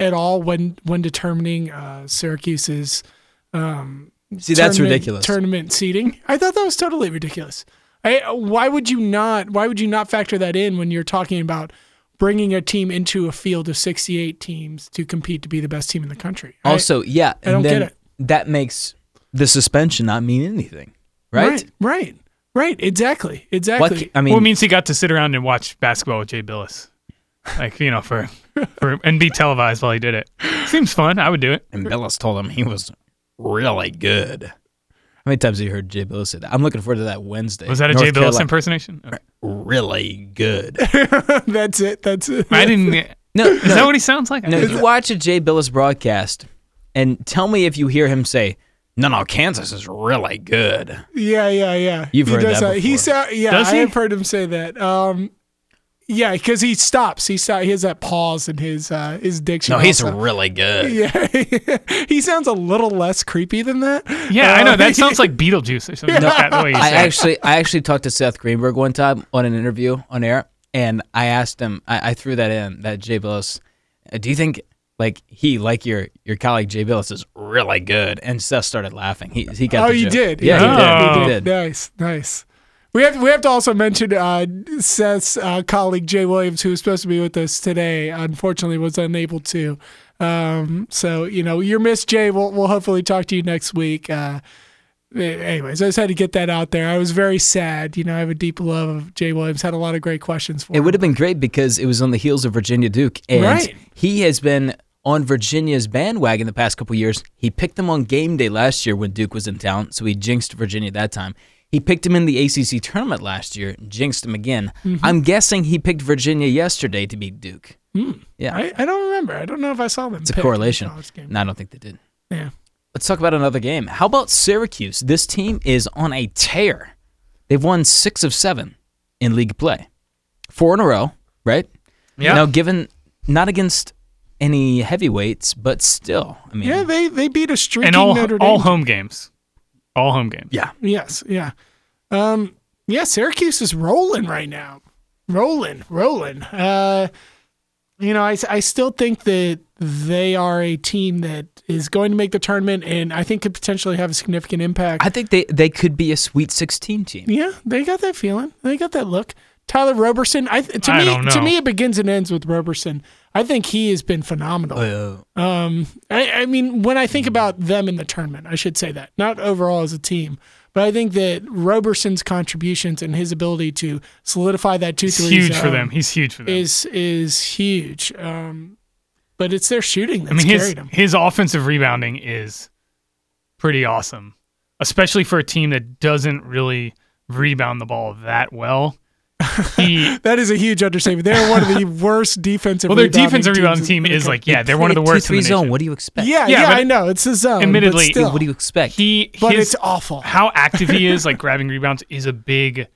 Speaker 1: at all when when determining uh, Syracuse's
Speaker 2: see, that's
Speaker 1: tournament-
Speaker 2: ridiculous.
Speaker 1: Tournament seating. I thought that was totally ridiculous. I, why would you not? Why would you not factor that in when you're talking about bringing a team into a field of 68 teams to compete to be the best team in the country? I-
Speaker 2: also, yeah, and
Speaker 1: don't get
Speaker 2: then
Speaker 1: it.
Speaker 2: that makes the suspension not mean anything, right?
Speaker 1: right, right, right. Exactly,
Speaker 2: What-
Speaker 1: exactly.
Speaker 2: I mean,
Speaker 3: well, it means he got to sit around and watch basketball with Jay Billis, like you know, for, for and be televised while he did it. Seems fun. I would do it.
Speaker 2: and Billis told him he was really good. How many times have you heard Jay Billis say that? I'm looking forward to that Wednesday.
Speaker 3: Was that a
Speaker 2: North
Speaker 3: Jay Billis
Speaker 2: Carolina-
Speaker 3: impersonation? Okay.
Speaker 2: Really good.
Speaker 1: that's it. That's it.
Speaker 3: I didn't. Is
Speaker 2: No, no,
Speaker 3: that what he sounds like?
Speaker 2: No, you watch a Jay Billis broadcast and tell me if you hear him say, No, no, Kansas is really good.
Speaker 1: Yeah, yeah, yeah.
Speaker 2: You've
Speaker 1: he
Speaker 2: heard
Speaker 1: does
Speaker 2: that
Speaker 1: He
Speaker 2: before.
Speaker 1: sa- yeah,
Speaker 3: Does
Speaker 1: I
Speaker 3: he?
Speaker 1: have heard him say that. Um, yeah, because he stops. He sto- He has that pause in his uh, his diction.
Speaker 2: No, he's
Speaker 1: also.
Speaker 2: really good.
Speaker 1: yeah. he sounds a little less creepy than that.
Speaker 3: yeah, I know.
Speaker 1: Uh,
Speaker 3: That sounds like Beetlejuice or something. like that, the way you
Speaker 2: I
Speaker 3: say it.
Speaker 2: actually I actually talked to Seth Greenberg one time on an interview on air and I asked him I, I threw that in, that Jay Billis uh, do you think like he, like your your colleague Jay Billis is really good and Seth started laughing. He he
Speaker 1: Oh,
Speaker 2: got the
Speaker 1: you
Speaker 2: joke.
Speaker 1: did. Oh.
Speaker 2: Yeah,
Speaker 1: you
Speaker 2: he did.
Speaker 1: did.
Speaker 2: He
Speaker 1: You
Speaker 2: did.
Speaker 1: Nice, nice. We have we have to also mention uh, Seth's uh, colleague Jay Williams, who was supposed to be with us today, unfortunately was unable to. Um, so you know, you're missed, Jay. We'll we'll hopefully talk to you next week. Uh, a- anyways, I just had to get that out there. I was very sad. You know, I have a deep love of Jay Williams. Had a lot of great questions for
Speaker 2: It
Speaker 1: him.
Speaker 2: would have been great because it was on the heels of Virginia Duke, and
Speaker 1: Right.
Speaker 2: he has been on Virginia's bandwagon the past couple years. He picked them on game day last year when Duke was in town, so he jinxed Virginia that time. He picked him in the ACC tournament last year, jinxed him again. I'm guessing he picked Virginia yesterday to beat Duke. yeah,
Speaker 1: I, I don't remember. I don't know if I saw them.
Speaker 2: it's a correlation.
Speaker 1: Game.
Speaker 2: No, I don't think they did.
Speaker 1: Yeah.
Speaker 2: Let's talk about another game. How about Syracuse? This team is on a tear. They've won six of seven in league play, four in a row, right?
Speaker 3: Yeah.
Speaker 2: Now, given not against any heavyweights, but still, I mean,
Speaker 1: Yeah, they they beat a streaking
Speaker 3: and all
Speaker 1: Notre Dame.
Speaker 3: all home games, all home games.
Speaker 2: yeah.
Speaker 1: Yes, yeah. Um yeah, Syracuse is rolling right now. Rolling, rolling. Uh you know, I, s- I still think that they are a team that is going to make the tournament and I think could potentially have a significant impact.
Speaker 2: I think they they could be a Sweet 16 team.
Speaker 1: yeah, they got that feeling. They got that look. Tyler Roberson, I th- to
Speaker 3: I
Speaker 1: me
Speaker 3: don't
Speaker 1: to
Speaker 3: know.
Speaker 1: me it begins and ends with Roberson. I think he has been phenomenal.
Speaker 2: Uh,
Speaker 1: Um, I, I mean, when I think about them in the tournament, I should say that not overall as a team, but I think that Roberson's contributions and his ability to solidify that two
Speaker 3: He's
Speaker 1: three
Speaker 3: huge for them. He's huge for them.
Speaker 1: uh, is is huge. Um, but it's their shooting that's
Speaker 3: I mean, his
Speaker 1: carried them.
Speaker 3: his offensive rebounding is pretty awesome, especially for a team that doesn't really rebound the ball that well. He,
Speaker 1: That is a huge understatement. They're one of the worst defensive.
Speaker 3: well, their
Speaker 1: rebounding
Speaker 3: defensive
Speaker 1: teams
Speaker 3: rebounding
Speaker 1: in
Speaker 3: team
Speaker 1: the
Speaker 3: is
Speaker 1: country.
Speaker 3: like, yeah, they're one of the worst. in
Speaker 2: Three
Speaker 3: the
Speaker 2: zone.
Speaker 3: nation.
Speaker 2: What do you expect?
Speaker 1: yeah,
Speaker 3: yeah,
Speaker 1: yeah.
Speaker 3: but-
Speaker 1: I know it's his zone.
Speaker 3: Admittedly,
Speaker 1: but still,
Speaker 2: What do you expect?
Speaker 3: He,
Speaker 1: but
Speaker 3: his-
Speaker 1: it's awful.
Speaker 3: how active he is, like grabbing rebounds, is a big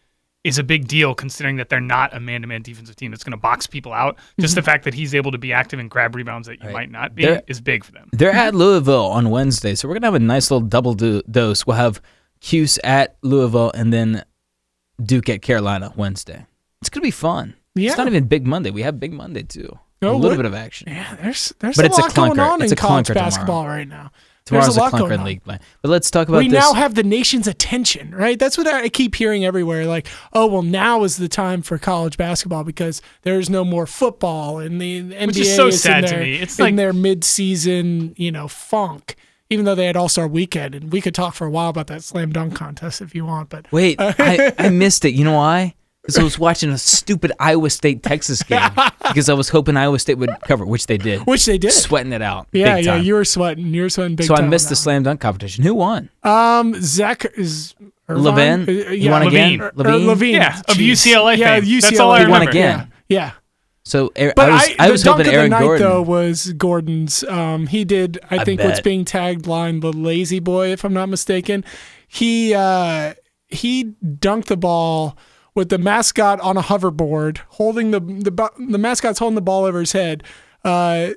Speaker 3: is a big deal considering that they're not a man-to-man defensive team that's going to box people out. Just the fact that he's able to be active and grab rebounds that you might not be
Speaker 2: Mm-hmm. They're-
Speaker 3: is big for them.
Speaker 2: They're at Louisville on Wednesday, so we're gonna have a nice little double do- dose. We'll have Cuse at Louisville and then Duke at Carolina Wednesday. It's gonna be fun.
Speaker 1: Yeah.
Speaker 2: It's not even Big Monday. We have Big Monday too.
Speaker 1: Oh,
Speaker 2: a little
Speaker 1: what-
Speaker 2: bit of action.
Speaker 1: Yeah, there's there's
Speaker 2: But
Speaker 1: a
Speaker 2: it's a
Speaker 1: lot going
Speaker 2: clunker.
Speaker 1: on
Speaker 2: It's a
Speaker 1: in college
Speaker 2: clunker tomorrow.
Speaker 1: basketball right now.
Speaker 2: Tomorrow's
Speaker 1: there's a
Speaker 2: a
Speaker 1: lot
Speaker 2: clunker
Speaker 1: going
Speaker 2: in
Speaker 1: on.
Speaker 2: league play. But let's talk about
Speaker 1: we
Speaker 2: this.
Speaker 1: now have the nation's attention, right? That's what I keep hearing everywhere. Like, oh, well, now is the time for college basketball because there's no more football, and the NBA
Speaker 3: is so
Speaker 1: in
Speaker 3: sad to
Speaker 1: their-
Speaker 3: me. It's
Speaker 1: in
Speaker 3: like-
Speaker 1: their mid-season, you know, funk. Even though they had All Star Weekend, and we could talk for a while about that slam dunk contest if you want, but
Speaker 2: Wait, I, I missed it. You know why? Because I was watching a stupid Iowa State Texas game because I was hoping Iowa State would cover, which they did.
Speaker 1: which they did.
Speaker 2: Sweating it out.
Speaker 1: yeah,
Speaker 2: big
Speaker 1: yeah,
Speaker 2: time.
Speaker 1: you were sweating, you were sweating big
Speaker 2: so
Speaker 1: time.
Speaker 2: I
Speaker 1: on
Speaker 2: missed the
Speaker 1: that
Speaker 2: slam dunk competition. Who won?
Speaker 1: one. Um, Zach is Irvine?
Speaker 2: Levin?
Speaker 1: Uh,
Speaker 2: You
Speaker 1: yeah,
Speaker 2: won
Speaker 3: Levine.
Speaker 2: again?
Speaker 1: Or- or Levine,
Speaker 3: Yeah, of
Speaker 1: jeez.
Speaker 3: UCLA
Speaker 1: Yeah,
Speaker 3: fame.
Speaker 1: UCLA.
Speaker 3: That's all I
Speaker 2: He won
Speaker 3: remember.
Speaker 2: again.
Speaker 1: Yeah. yeah.
Speaker 2: So Er-
Speaker 1: But
Speaker 2: I was, I,
Speaker 1: the
Speaker 2: was
Speaker 1: dunk
Speaker 2: hoping
Speaker 1: of the
Speaker 2: Aaron
Speaker 1: night
Speaker 2: Gordon.
Speaker 1: though was Gordon's. Um, he did, I,
Speaker 2: I
Speaker 1: think, what's
Speaker 2: bet.
Speaker 1: being taglined the lazy boy, if I'm not mistaken. He uh, he dunked the ball with the mascot on a hoverboard, holding the the bu- the mascot's holding the ball over his head. Uh,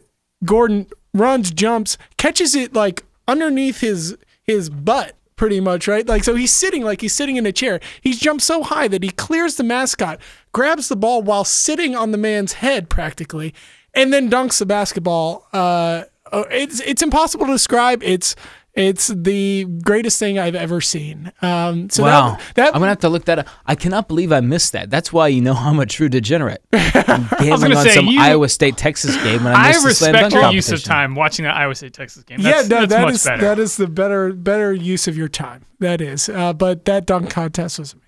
Speaker 1: Gordon runs, jumps, catches it like underneath his his butt. Pretty much, right? Like, so he's sitting like he's sitting in a chair. He's jumped so high that he clears the mascot, grabs the ball while sitting on the man's head practically, and then dunks the basketball. Uh, oh, it's it's impossible to describe. It's it's the greatest thing I've ever seen. Um, so
Speaker 2: wow.
Speaker 1: that, that
Speaker 2: I'm going to have to look that up. I cannot believe I missed that. That's why you know I'm a true degenerate. I'm gambling
Speaker 3: gonna
Speaker 2: on
Speaker 3: say,
Speaker 2: some
Speaker 3: you-
Speaker 2: Iowa State Texas game when I
Speaker 3: I
Speaker 2: missed the slam
Speaker 3: respect
Speaker 2: dunk
Speaker 3: your
Speaker 2: competition.
Speaker 3: use of time watching that Iowa State Texas game.
Speaker 1: yeah,
Speaker 3: That's,
Speaker 1: no,
Speaker 3: that's
Speaker 1: that
Speaker 3: much
Speaker 1: is-
Speaker 3: better.
Speaker 1: that is the better better use of your time. That is. Uh, but that dunk contest was amazing.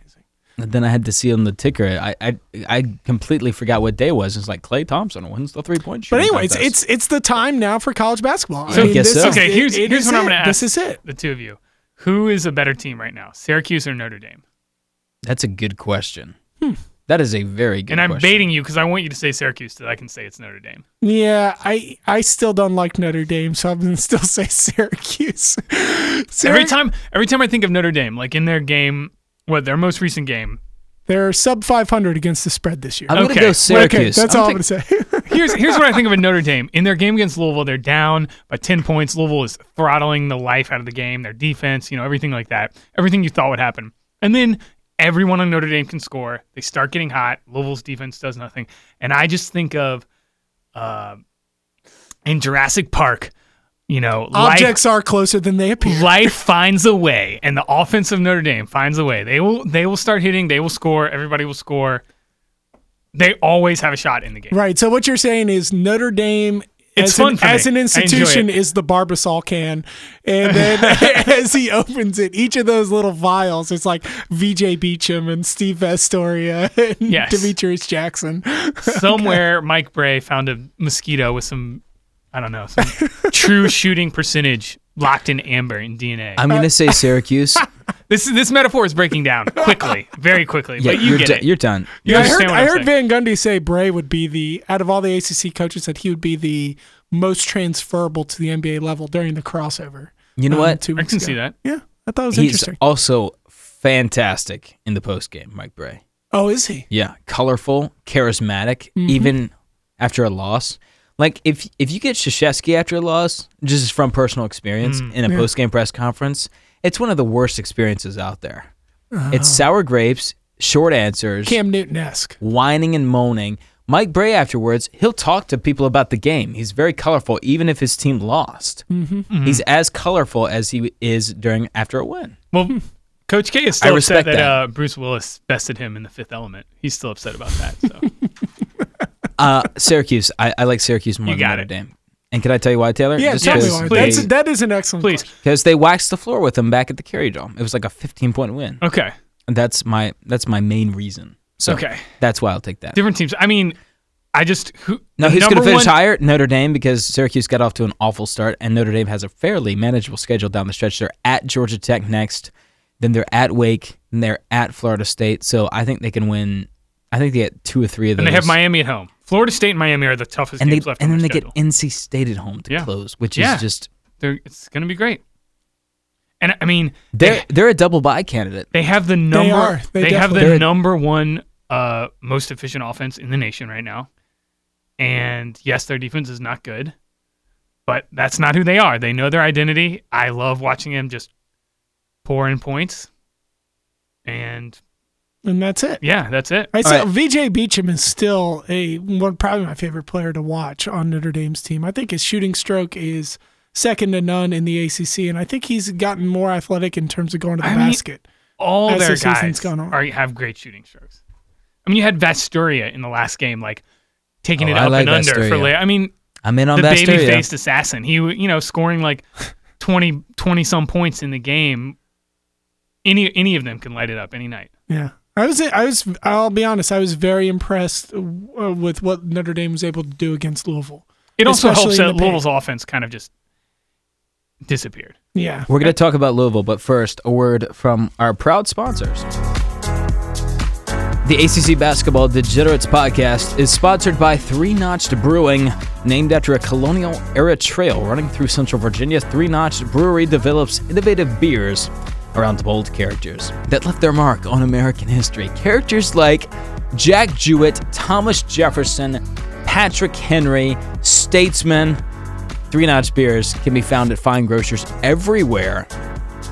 Speaker 2: And then I had to see on the ticker. I I, I completely forgot what day it was. It's like Clay Thompson wins the three point shooting.
Speaker 1: But anyway, it's
Speaker 2: contest.
Speaker 1: it's it's the time now for college basketball.
Speaker 2: So- Guess
Speaker 1: this
Speaker 2: so.
Speaker 1: is-
Speaker 3: okay,
Speaker 1: it-
Speaker 3: here's
Speaker 1: it
Speaker 3: here's
Speaker 1: is
Speaker 3: what I'm
Speaker 1: it.
Speaker 3: going to ask.
Speaker 1: This is it.
Speaker 3: The two of you, who is a better team right now, Syracuse or Notre Dame?
Speaker 2: that's a good question. That is a very good.
Speaker 3: and I'm
Speaker 2: question.
Speaker 3: baiting you because I want you to say Syracuse so that I can say it's Notre Dame.
Speaker 1: Yeah, I I still don't like Notre Dame, so I'm gonna still say Syracuse.
Speaker 3: Every
Speaker 1: Syrac-
Speaker 3: time, every time I think of Notre Dame, like in their game, what their most recent game.
Speaker 1: they're sub 500 against the spread this year.
Speaker 2: I'm
Speaker 3: Okay.
Speaker 2: gonna go
Speaker 3: Okay,
Speaker 2: Syracuse.
Speaker 1: Okay, that's
Speaker 2: I'm
Speaker 1: all
Speaker 2: think-
Speaker 1: I'm gonna say.
Speaker 3: Here's here's what I think of a Notre Dame in their game against Louisville. They're down by ten points. Louisville is throttling the life out of the game. Their defense, you know, everything like that, everything you thought would happen, and then. Everyone on Notre Dame can score. They start getting hot. Louisville's defense does nothing, and I just think of, uh, in Jurassic Park, you know, life,
Speaker 1: Objects are closer than they appear.
Speaker 3: life finds a way, and the offense of Notre Dame finds a way. They will they will start hitting. They will score. Everybody will score. They always have a shot in the game.
Speaker 1: Right. So what you're saying is Notre Dame.
Speaker 3: It's
Speaker 1: as
Speaker 3: fun
Speaker 1: an,
Speaker 3: for
Speaker 1: as
Speaker 3: me.
Speaker 1: an
Speaker 3: I enjoy
Speaker 1: institution
Speaker 3: it.
Speaker 1: is the Barbasol can, and then as he opens it, each of those little vials is like VJ Beecham and Steve Astoria and
Speaker 3: Yes.
Speaker 1: Demetrius Jackson.
Speaker 3: Somewhere Mike Bray found a mosquito with some, I don't know, some true shooting percentage locked in amber in DNA.
Speaker 2: I'm gonna say Syracuse.
Speaker 3: this this metaphor is breaking down quickly, very quickly.
Speaker 2: Yeah,
Speaker 3: but you
Speaker 2: are
Speaker 3: get it.
Speaker 2: you're done.
Speaker 3: You
Speaker 1: I heard,
Speaker 3: understand what
Speaker 1: I
Speaker 3: I'm
Speaker 1: heard
Speaker 3: saying.
Speaker 1: Van Gundy say Bray would be the out of all the ACC coaches that he would be the most transferable to the NBA level during the crossover. um,
Speaker 2: You know what?
Speaker 1: Two
Speaker 3: I
Speaker 1: weeks
Speaker 3: can
Speaker 1: ago.
Speaker 3: see that.
Speaker 1: Yeah, I thought it was
Speaker 2: He's
Speaker 1: interesting.
Speaker 2: also fantastic in the post game, Mike Bray.
Speaker 1: Oh, is he?
Speaker 2: Yeah, colorful, charismatic, even after a loss. Like if if you get Shashevsky after a loss, just from personal experience in a post game press conference, it's one of the worst experiences out there. It's sour grapes, short answers,
Speaker 1: Cam Newton esque.
Speaker 2: whining and moaning. Mike Bray afterwards, he'll talk to people about the game. He's very colorful, even if his team lost. He's as colorful as he is during after a win.
Speaker 3: Well, Coach K is still
Speaker 2: I
Speaker 3: upset
Speaker 2: respect
Speaker 3: that,
Speaker 2: that.
Speaker 3: Uh, Bruce Willis bested him in the Fifth Element. He's still upset about that. So
Speaker 2: Uh, Syracuse, I, I like Syracuse more
Speaker 3: You
Speaker 2: than
Speaker 3: got
Speaker 2: Notre
Speaker 3: it.
Speaker 2: Dame. And can I tell you why, Taylor?
Speaker 1: Yeah,
Speaker 2: Just
Speaker 1: tell me
Speaker 3: please,
Speaker 1: why.
Speaker 2: because
Speaker 1: That's,
Speaker 2: they-
Speaker 1: that is an excellent
Speaker 3: please,
Speaker 1: question.
Speaker 2: because they waxed the floor with him back at the Kerry Dome. It was like a 15 point win.
Speaker 3: okay,
Speaker 2: And That's my that's my main reason. So
Speaker 3: Okay.
Speaker 2: that's why I'll take that.
Speaker 3: different teams. I mean, I just who
Speaker 2: No,
Speaker 3: the
Speaker 2: who's going to
Speaker 3: number
Speaker 2: finish
Speaker 3: one-
Speaker 2: higher? Notre Dame because Syracuse got off to an awful start, and Notre Dame has a fairly manageable schedule down the stretch. They're at Georgia Tech next, then they're at Wake, and they're at Florida State. So I think they can win. I think they get two or three of those.
Speaker 3: And they have Miami at home. Florida State and Miami are the toughest
Speaker 2: and they
Speaker 3: games left.
Speaker 2: and
Speaker 3: on
Speaker 2: then
Speaker 3: their
Speaker 2: they
Speaker 3: schedule.
Speaker 2: get NC State at home to
Speaker 3: Yeah.
Speaker 2: close, which
Speaker 3: Yeah.
Speaker 2: is just
Speaker 3: They're, it's going to be great. And I mean,
Speaker 2: they're
Speaker 3: they,
Speaker 2: they're a double bye candidate.
Speaker 3: they have the number.
Speaker 1: are. They
Speaker 3: have the
Speaker 1: definitely-
Speaker 2: They're-
Speaker 3: number one uh, most efficient offense in the nation right now. And yes, their defense is not good, but that's not who they are. They know their identity. I love watching them just pour in points. And
Speaker 1: And that's it.
Speaker 3: yeah, that's it.
Speaker 1: All right,
Speaker 2: All
Speaker 1: so VJ Beecham is still a one probably my favorite player to watch on Notre Dame's team. I think his shooting stroke is second to none in the ACC, and I think he's gotten more athletic in terms of going to the
Speaker 3: I mean,
Speaker 1: basket.
Speaker 3: all
Speaker 1: as
Speaker 3: their
Speaker 1: the season's
Speaker 3: guys
Speaker 1: gone on.
Speaker 3: are have great shooting strokes. I mean, you had Vasturia in the last game, like taking
Speaker 2: Oh,
Speaker 3: it
Speaker 2: I
Speaker 3: up
Speaker 2: like Um,
Speaker 3: and under for.
Speaker 2: Vasturia.
Speaker 3: Lay- I mean,
Speaker 2: I'm in on
Speaker 3: the
Speaker 2: that
Speaker 3: baby faced assassin. He, w- you know, scoring like 20, 20 some points in the game. Any any of them can light it up any night.
Speaker 1: yeah, I was I was I'll be honest, I was very impressed uh, with what Notre Dame was able to do against Louisville.
Speaker 3: It also
Speaker 1: Especially
Speaker 3: helps
Speaker 1: in
Speaker 3: that
Speaker 1: the paint.
Speaker 3: Louisville's offense kind of just disappeared.
Speaker 1: Yeah,
Speaker 2: We're going to talk about Louisville, but first, a word from our proud sponsors. The ACC Basketball Degenerates podcast is sponsored by Three Notched Brewing, named after a colonial era trail running through central Virginia. Three Notched Brewery develops innovative beers around bold characters that left their mark on American history. Characters like Jack Jewett, Thomas Jefferson, Patrick Henry, statesmen, Three Notch beers can be found at fine grocers everywhere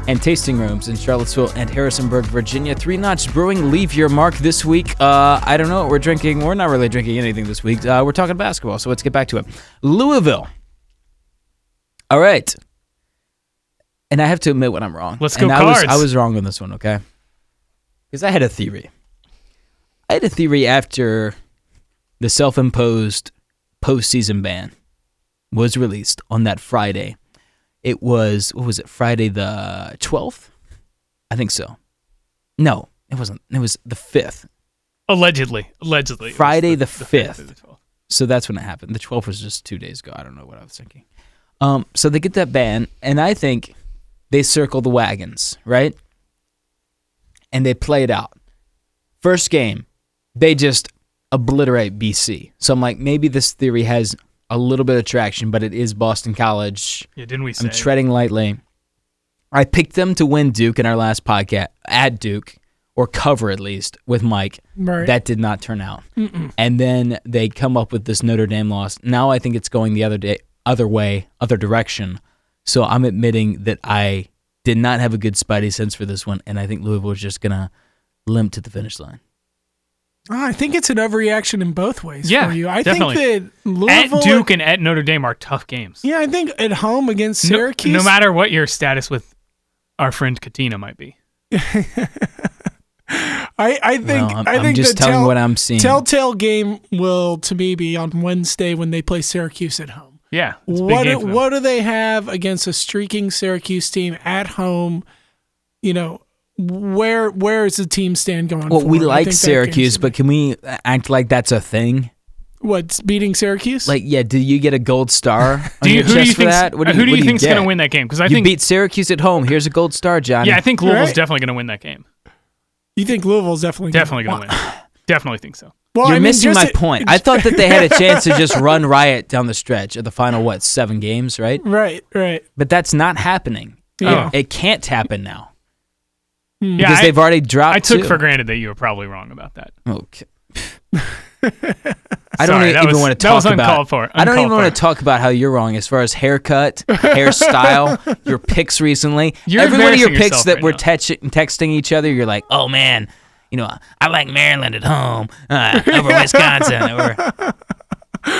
Speaker 2: and tasting rooms in Charlottesville and Harrisonburg, Virginia. Three Notch Brewing, leave your mark this week. Uh, I don't know what we're drinking. We're not really drinking anything this week. Uh, we're talking basketball, so let's get back to it. Louisville. All right. And I have to admit when I'm wrong.
Speaker 3: Let's
Speaker 2: and
Speaker 3: go
Speaker 2: I was,
Speaker 3: Cards.
Speaker 2: I was wrong on this one, okay? Because I had a theory. I had a theory after the self imposed postseason ban was released on that Friday. It was what was it? Friday the twelfth, I think so. No, it wasn't. It was the fifth.
Speaker 3: Allegedly, allegedly, It was
Speaker 2: Friday the
Speaker 3: fifth to
Speaker 2: 5th.
Speaker 3: the 12th.
Speaker 2: So that's when it happened. The twelfth was just two days ago. I don't know what I was thinking. Um, so they get that ban, and I think they circle the wagons, right? And they play it out. First game, they just obliterate BC. So I'm like, maybe this theory has a little bit of traction, but it is Boston College.
Speaker 3: Yeah, didn't we say?
Speaker 2: I'm treading lightly. I picked them to win Duke in our last podcast at Duke or cover at least with Mike.
Speaker 1: Right.
Speaker 2: That did not turn out. And then they come up with this Notre Dame loss. Now I think it's going the other day, other way, other direction. So I'm admitting that I did not have a good spidey sense for this one, and I think Louisville is just gonna limp to the finish line.
Speaker 1: Oh, I think it's an overreaction in both ways
Speaker 3: Yeah,
Speaker 1: for you. I
Speaker 3: definitely.
Speaker 1: think that Louisville
Speaker 3: at Duke and at Notre Dame are tough games.
Speaker 1: Yeah, I think at home against
Speaker 3: No-
Speaker 1: Syracuse.
Speaker 3: No, matter what your status with our friend Katina might be.
Speaker 1: I, I think
Speaker 2: Well, I'm,
Speaker 1: I
Speaker 2: I'm
Speaker 1: think
Speaker 2: just
Speaker 1: the
Speaker 2: telling
Speaker 1: tell-
Speaker 2: what I'm seeing.
Speaker 1: telltale game will to me be on Wednesday when they play Syracuse at home.
Speaker 3: Yeah. it's a big
Speaker 1: what
Speaker 3: game
Speaker 1: do,
Speaker 3: for them.
Speaker 1: what do they have against a streaking Syracuse team at home? You know, where where is the team stand going?
Speaker 2: well,
Speaker 1: for?
Speaker 2: we
Speaker 1: I
Speaker 2: like
Speaker 1: think that
Speaker 2: Syracuse,
Speaker 1: game's gonna
Speaker 2: but can we act like that's a thing?
Speaker 1: be- what's beating Syracuse?
Speaker 2: Like, yeah, do you get a gold star on
Speaker 3: do you,
Speaker 2: your
Speaker 3: who
Speaker 2: chest
Speaker 3: do you
Speaker 2: for
Speaker 3: think
Speaker 2: that? What do you,
Speaker 3: who do
Speaker 2: what
Speaker 3: you think's going
Speaker 2: get?
Speaker 3: to win that game? Because I
Speaker 2: you
Speaker 3: think
Speaker 2: beat Syracuse at home. Here's a gold star, Johnny.
Speaker 3: yeah, I think Louisville's
Speaker 1: right.
Speaker 3: definitely going to win that game.
Speaker 1: you think Louisville's definitely gonna
Speaker 3: Definitely going to win. Definitely think so.
Speaker 1: Well,
Speaker 2: You're
Speaker 1: I mean,
Speaker 2: missing
Speaker 1: just
Speaker 2: my
Speaker 1: it-
Speaker 2: point. I thought that they had a chance to just run riot down the stretch of the final what seven games, right?
Speaker 1: Right, right.
Speaker 2: But that's not happening.
Speaker 3: Oh,
Speaker 1: Yeah.
Speaker 2: It, it can't happen now
Speaker 3: Yeah,
Speaker 2: Mm. because
Speaker 3: I,
Speaker 2: they've already dropped.
Speaker 3: I took
Speaker 2: two.
Speaker 3: for granted that you were probably wrong about that.
Speaker 2: Okay. I don't
Speaker 3: Sorry,
Speaker 2: e-
Speaker 3: that
Speaker 2: even
Speaker 3: was-
Speaker 2: want to
Speaker 3: that
Speaker 2: talk
Speaker 3: was
Speaker 2: about.
Speaker 3: uncalled for,
Speaker 2: I don't even
Speaker 3: uncalled
Speaker 2: want to
Speaker 3: for.
Speaker 2: talk about how you're wrong as far as haircut, hairstyle, your pics recently.
Speaker 3: You're
Speaker 2: Every one of your
Speaker 3: embarrassing
Speaker 2: pics
Speaker 3: yourself
Speaker 2: that
Speaker 3: right
Speaker 2: we're
Speaker 3: now.
Speaker 2: text- texting each other, you're like, oh man, you know, I like Maryland at home uh, over Wisconsin. Or,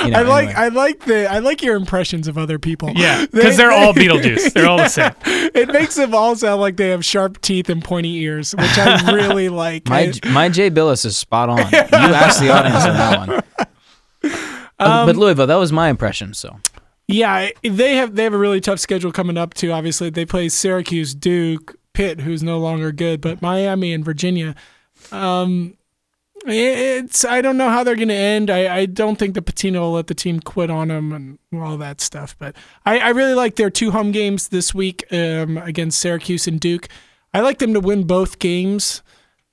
Speaker 2: you know,
Speaker 1: I like
Speaker 2: anyway.
Speaker 1: I like the I like your impressions of other people.
Speaker 3: Yeah, because
Speaker 1: They-
Speaker 3: they're all Beetlejuice. They're all the same.
Speaker 1: it makes them all sound like they have sharp teeth and pointy ears, which I really like.
Speaker 2: My
Speaker 1: I-
Speaker 2: my Jay Billis is spot on. You asked the audience on that one.
Speaker 3: Um,
Speaker 2: Uh, but Louisville, that was my impression. So
Speaker 1: yeah, I- they have they have a really tough schedule coming up too. Obviously, they play Syracuse, Duke, Pitt, who's no longer good, but Miami and Virginia. Um, i- it's I don't know how they're going to end. I, I don't think the Patino will let the team quit on them and all that stuff. But I, I really like their two home games this week um, against Syracuse and Duke. I like them to win both games.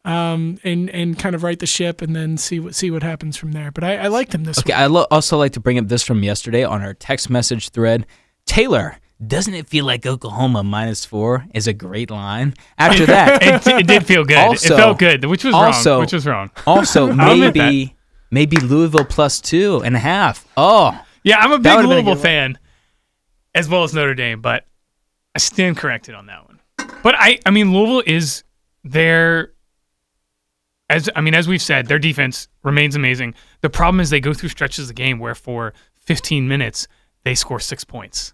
Speaker 1: Um, and, and kind of right the ship and then see what see what happens from there. But I, I like them this
Speaker 2: okay, I lo- also like to bring up this from yesterday on our text message thread. Taylor, doesn't it feel like Oklahoma minus four is a great line? After that,
Speaker 3: It, it did feel good.
Speaker 2: Also-
Speaker 3: it felt good, which was
Speaker 2: also-
Speaker 3: wrong. Which was wrong.
Speaker 2: also
Speaker 3: I'll admit
Speaker 2: maybe maybe Louisville plus two and a half. Oh,
Speaker 3: Yeah, I'm a
Speaker 2: That
Speaker 3: big
Speaker 2: would've been a
Speaker 3: Louisville
Speaker 2: good one.
Speaker 3: fan, as well as Notre Dame, but I stand corrected on that one. But I, I mean, Louisville is their, as I mean, as we've said, their defense remains amazing. The problem is they go through stretches of the game where for 15 minutes they score six points,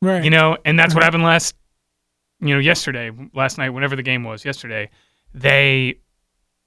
Speaker 1: one. Right.
Speaker 3: you know, and that's what happened last, you know, yesterday, last night, whenever the game was yesterday, they,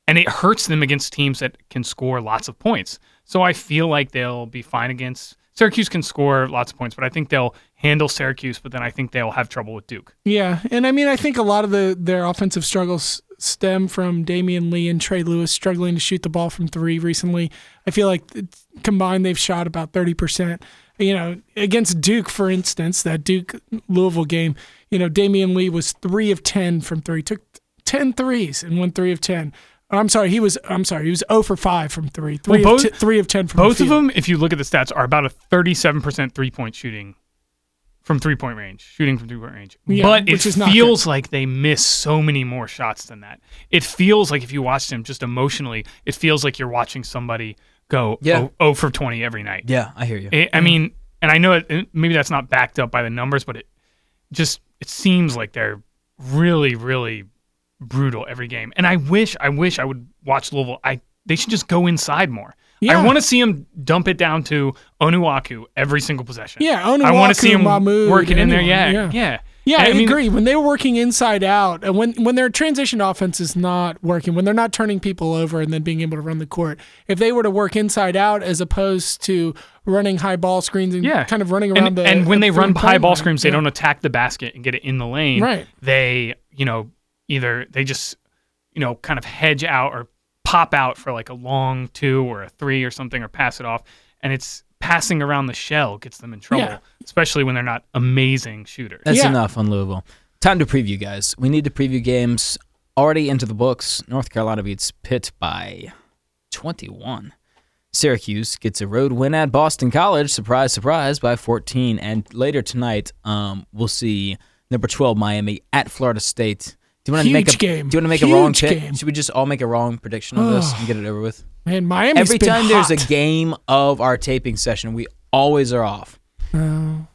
Speaker 3: and it hurts them against teams that can score lots of points. So I feel like they'll be fine against Syracuse can score lots of points, but I think they'll handle Syracuse, but then I think they'll have trouble with Duke.
Speaker 1: Yeah, and I mean, I think a lot of the their offensive struggles stem from Damian Lee and Trey Lewis struggling to shoot the ball from three recently. I feel like it's- combined they've shot about thirty percent. You know, against Duke, for instance, that Duke Louisville game, you know, Damian Lee was three of ten from three, took 10 threes and won three of ten. I'm sorry, he was. I'm sorry, he was zero for five from three, three,
Speaker 3: Well,
Speaker 1: of,
Speaker 3: both-
Speaker 1: t- three of ten from the
Speaker 3: Both of
Speaker 1: field.
Speaker 3: them, if you look at the stats, are about a 37% three point shooting from three point range, shooting from three point range.
Speaker 1: Yeah,
Speaker 3: but it
Speaker 1: which is not good.
Speaker 3: feels like they miss so many more shots than that. It feels like if you watch them just emotionally, it feels like you're watching somebody go
Speaker 2: Yeah.
Speaker 3: oh 0 for 20 every night.
Speaker 2: yeah, I hear you.
Speaker 3: It, I
Speaker 1: Hmm.
Speaker 3: mean, and I know it, it- maybe that's not backed up by the numbers, but it just it seems like they're really, really brutal every game. And I wish, I wish I would watch Louisville. I they should just go inside more.
Speaker 1: Yeah.
Speaker 3: I want to see them dump it down to Onuaku every single possession.
Speaker 1: Yeah,
Speaker 3: I want
Speaker 1: Onuaku,
Speaker 3: to see them
Speaker 1: Mahmoud,
Speaker 3: work it in there. Yeah,
Speaker 1: anyone,
Speaker 3: yeah,
Speaker 1: yeah. Yeah,
Speaker 3: And
Speaker 1: I,
Speaker 3: mean,
Speaker 1: agree. When they were working inside out, and when when their transition offense is not working, when they're not turning people over and then being able to run the court, if they were to work inside out as opposed to running high ball screens and
Speaker 3: Yeah,
Speaker 1: kind of running around
Speaker 3: And,
Speaker 1: the
Speaker 3: and when
Speaker 1: the
Speaker 3: they run
Speaker 1: three-point
Speaker 3: high ball
Speaker 1: line,
Speaker 3: screens,
Speaker 1: yeah.
Speaker 3: they don't attack the basket and get it in the lane.
Speaker 1: Right.
Speaker 3: They, you know, either they just, you know, kind of hedge out or pop out for like a long two or a three or something or pass it off. And it's passing around the shell gets them in trouble,
Speaker 1: Yeah.
Speaker 3: especially when they're not amazing shooters.
Speaker 2: That's
Speaker 1: Yeah.
Speaker 2: enough on Louisville. Time to preview, guys. We need to preview games already into the books. North Carolina beats Pitt by 21. Syracuse gets a road win at Boston College, surprise, surprise, by 14. And later tonight, um, we'll see number 12 Miami at Florida State. Do you want to make
Speaker 1: Huge
Speaker 2: a
Speaker 1: game.
Speaker 2: Do you want to make a wrong
Speaker 1: Huge
Speaker 2: pick?
Speaker 1: game.
Speaker 2: Should we just all make a wrong prediction on this and get it over with?
Speaker 1: Man, Miami's
Speaker 2: Every
Speaker 1: been
Speaker 2: time
Speaker 1: hot.
Speaker 2: there's a game of our taping session, we always are off.
Speaker 1: Oh.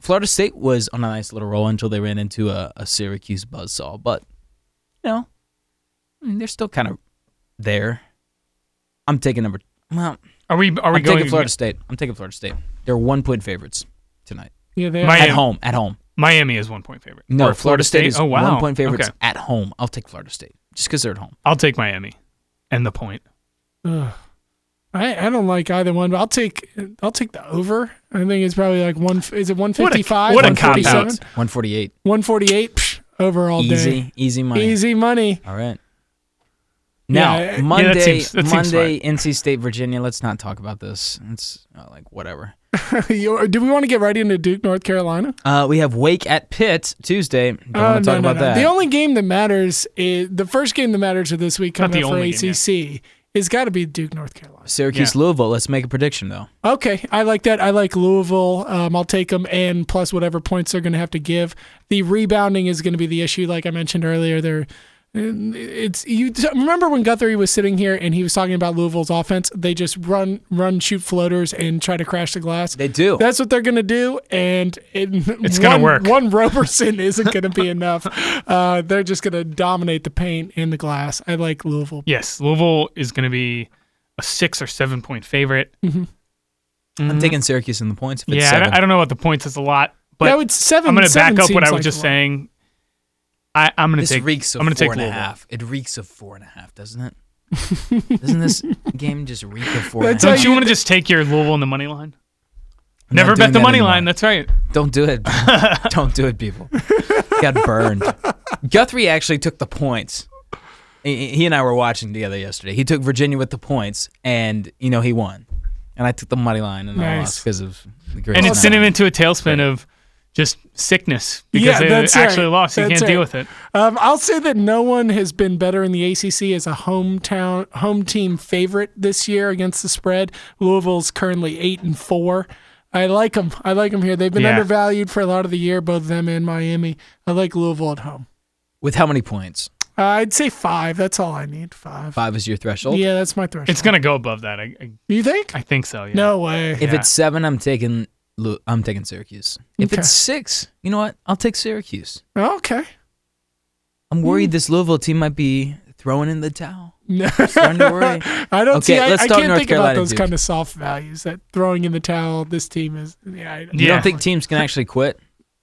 Speaker 2: Florida State was on a nice little roll until they ran into a, a Syracuse buzzsaw, but you know, I mean, they're still kind of there. I'm taking number. Well,
Speaker 3: Are we? Are we
Speaker 2: I'm
Speaker 3: going?
Speaker 2: taking Florida State. I'm taking Florida State. They're one point favorites tonight
Speaker 1: Yeah, they
Speaker 3: My-
Speaker 1: are.
Speaker 2: at
Speaker 3: am.
Speaker 2: home. At home.
Speaker 3: Miami is one point favorite.
Speaker 2: No,
Speaker 3: Or
Speaker 2: Florida, State, is
Speaker 3: Oh wow,
Speaker 2: one point favorites
Speaker 3: Okay.
Speaker 2: at home. I'll take Florida State just because they're at home.
Speaker 3: I'll take Miami and the point.
Speaker 1: Ugh. I, I don't like either one, but I'll take I'll take the over. I think it's probably like one. Is it one fifty five?
Speaker 3: what a
Speaker 1: one forty
Speaker 3: cop-out.
Speaker 1: seven?
Speaker 2: 148.
Speaker 1: One forty eight. Over all day.
Speaker 2: Easy, easy money.
Speaker 1: Easy money.
Speaker 2: All right. Now
Speaker 1: Yeah, yeah, that
Speaker 2: Monday,
Speaker 3: seems- that seems
Speaker 2: Monday, NC State, Virginia. Let's not talk about this. It's uh, like whatever.
Speaker 1: You- Do we want to get right into Duke, North Carolina?
Speaker 2: Uh, we have Wake at Pitt Tuesday.
Speaker 3: Uh,
Speaker 2: Don't
Speaker 1: Oh,
Speaker 2: want to
Speaker 1: no,
Speaker 2: talk
Speaker 1: no,
Speaker 2: about
Speaker 1: no.
Speaker 2: that.
Speaker 1: The only game that matters is the first game that matters for this week
Speaker 3: Not
Speaker 1: coming
Speaker 3: the
Speaker 1: up for
Speaker 3: only game, yeah.
Speaker 1: ACC is got to be Duke, North Carolina.
Speaker 2: Syracuse Louisville. Let's make a prediction though.
Speaker 1: Okay, I like that. I like Louisville. Um, I'll take them and plus whatever points they're going to have to give. The rebounding is going to be the issue, like I mentioned earlier. They're it's you remember when Guthrie was sitting here and he was talking about Louisville's offense? They just run, run, shoot floaters and try to crash the glass.
Speaker 2: They do.
Speaker 1: That's what they're going to do, and it, it's
Speaker 3: gonna work.
Speaker 1: One Roberson isn't going to be enough. Uh, they're just going to dominate the paint and the glass. I like Louisville.
Speaker 3: Yes, Louisville is going to be a six or seven point favorite.
Speaker 2: I'm taking Syracuse in the points. If it's
Speaker 3: Mm-hmm. Yeah, I don't,
Speaker 2: seven.
Speaker 3: I don't know about the points. It's a lot, but
Speaker 1: no, it's seven.
Speaker 3: I'm going to
Speaker 1: seven
Speaker 3: back up what
Speaker 1: seems
Speaker 3: I was
Speaker 1: like
Speaker 3: just
Speaker 1: a lot.
Speaker 3: saying. I, I'm going to
Speaker 2: this
Speaker 3: take.
Speaker 2: reeks of
Speaker 3: I'm going to
Speaker 2: four
Speaker 3: take
Speaker 2: and a
Speaker 3: Louisville.
Speaker 2: half. It reeks of four and a half, doesn't it? Doesn't this game just reek of four?
Speaker 1: That's
Speaker 2: and a half?
Speaker 3: Don't you want to just take your Louisville in the money line?
Speaker 2: I'm
Speaker 3: Never
Speaker 2: not
Speaker 3: bet
Speaker 2: doing
Speaker 3: the
Speaker 2: that
Speaker 3: money
Speaker 2: anymore.
Speaker 3: line. That's right.
Speaker 2: Don't do it. Don't do it, people. Got burned. Guthrie actually took the points. He he and I were watching together yesterday. He took Virginia with the points, and you know he won. And I took the money line, and I
Speaker 1: Nice.
Speaker 2: lost because of the great.
Speaker 3: And it sent him
Speaker 2: snap.
Speaker 3: into a tailspin of just sickness because
Speaker 1: Yeah,
Speaker 3: they
Speaker 1: that's right.
Speaker 3: actually lost. He
Speaker 1: That's
Speaker 3: can't deal
Speaker 1: right.
Speaker 3: with it.
Speaker 1: Um, I'll say that no one has been better in the ACC as a hometown home team favorite this year against the spread. Louisville's currently eight and four. I like them. I like them here. They've been
Speaker 3: Yeah.
Speaker 1: undervalued for a lot of the year, both them and Miami. I like Louisville at home.
Speaker 2: with how many points?
Speaker 1: Uh, I'd say five. That's all I need. Five.
Speaker 2: Five is your threshold.
Speaker 1: Yeah, that's my threshold.
Speaker 3: It's going to go above that. I, I,
Speaker 1: you think?
Speaker 3: I think so. Yeah.
Speaker 1: No way.
Speaker 2: If
Speaker 3: Yeah.
Speaker 2: it's seven, I'm taking. Lu- I'm taking Syracuse. If
Speaker 1: Okay.
Speaker 2: it's six, you know what? I'll take Syracuse.
Speaker 1: Okay.
Speaker 2: I'm worried
Speaker 1: Hmm.
Speaker 2: this Louisville team might be throwing in the towel.
Speaker 1: No.
Speaker 2: Starting to worry.
Speaker 1: I don't
Speaker 2: Okay,
Speaker 1: see. I,
Speaker 2: let's
Speaker 1: I
Speaker 2: talk
Speaker 1: can't
Speaker 2: North
Speaker 1: think
Speaker 2: Carolina,
Speaker 1: about those
Speaker 2: Duke.
Speaker 1: kind of soft values that throwing in the towel. This team is. Yeah. I,
Speaker 2: You
Speaker 3: Yeah.
Speaker 2: don't think teams can actually quit?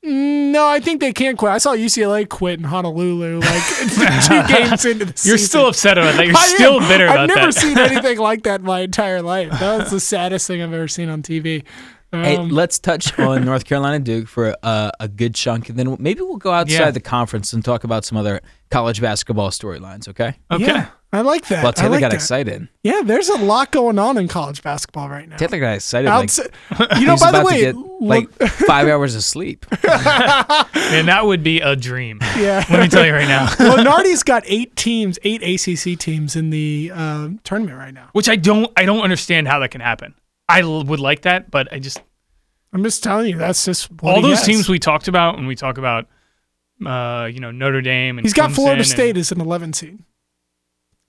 Speaker 1: Mm, No, I think they can quit. I saw UCLA quit in Honolulu like two games into the season.
Speaker 3: You're still upset about that. You're
Speaker 1: I am.
Speaker 3: still bitter
Speaker 1: I've
Speaker 3: about
Speaker 1: never
Speaker 3: that.
Speaker 1: seen anything like that in my entire life. That was the saddest thing I've ever seen on TV. Um,
Speaker 2: Hey, let's touch on North Carolina Duke for a, a good chunk, and then maybe we'll go outside
Speaker 3: Yeah.
Speaker 2: the conference and talk about some other college basketball storylines. Okay?
Speaker 3: okay.
Speaker 1: yeah, I like that.
Speaker 2: Well, Taylor
Speaker 1: I like
Speaker 2: got
Speaker 1: that.
Speaker 2: excited.
Speaker 1: Yeah, there's a lot going on in college basketball right now.
Speaker 2: Taylor got excited. Like,
Speaker 1: Outs- you know,
Speaker 2: he's
Speaker 1: by the
Speaker 2: about to
Speaker 1: way,
Speaker 2: get like five hours of sleep.
Speaker 3: And that would be a dream.
Speaker 1: yeah.
Speaker 3: Let me tell you right now.
Speaker 1: Lenardi's got eight teams, eight ACC teams in the um, tournament right now.
Speaker 3: Which I don't. I don't understand how that can happen. I l- would like that, but I just
Speaker 1: I'm just telling you, that's just what
Speaker 3: all
Speaker 1: he
Speaker 3: those
Speaker 1: has.
Speaker 3: teams we talked about when we talk about, uh, you know, Notre Dame and
Speaker 1: He's got
Speaker 3: Clemson
Speaker 1: Florida
Speaker 3: and-
Speaker 1: State as an 11 seed.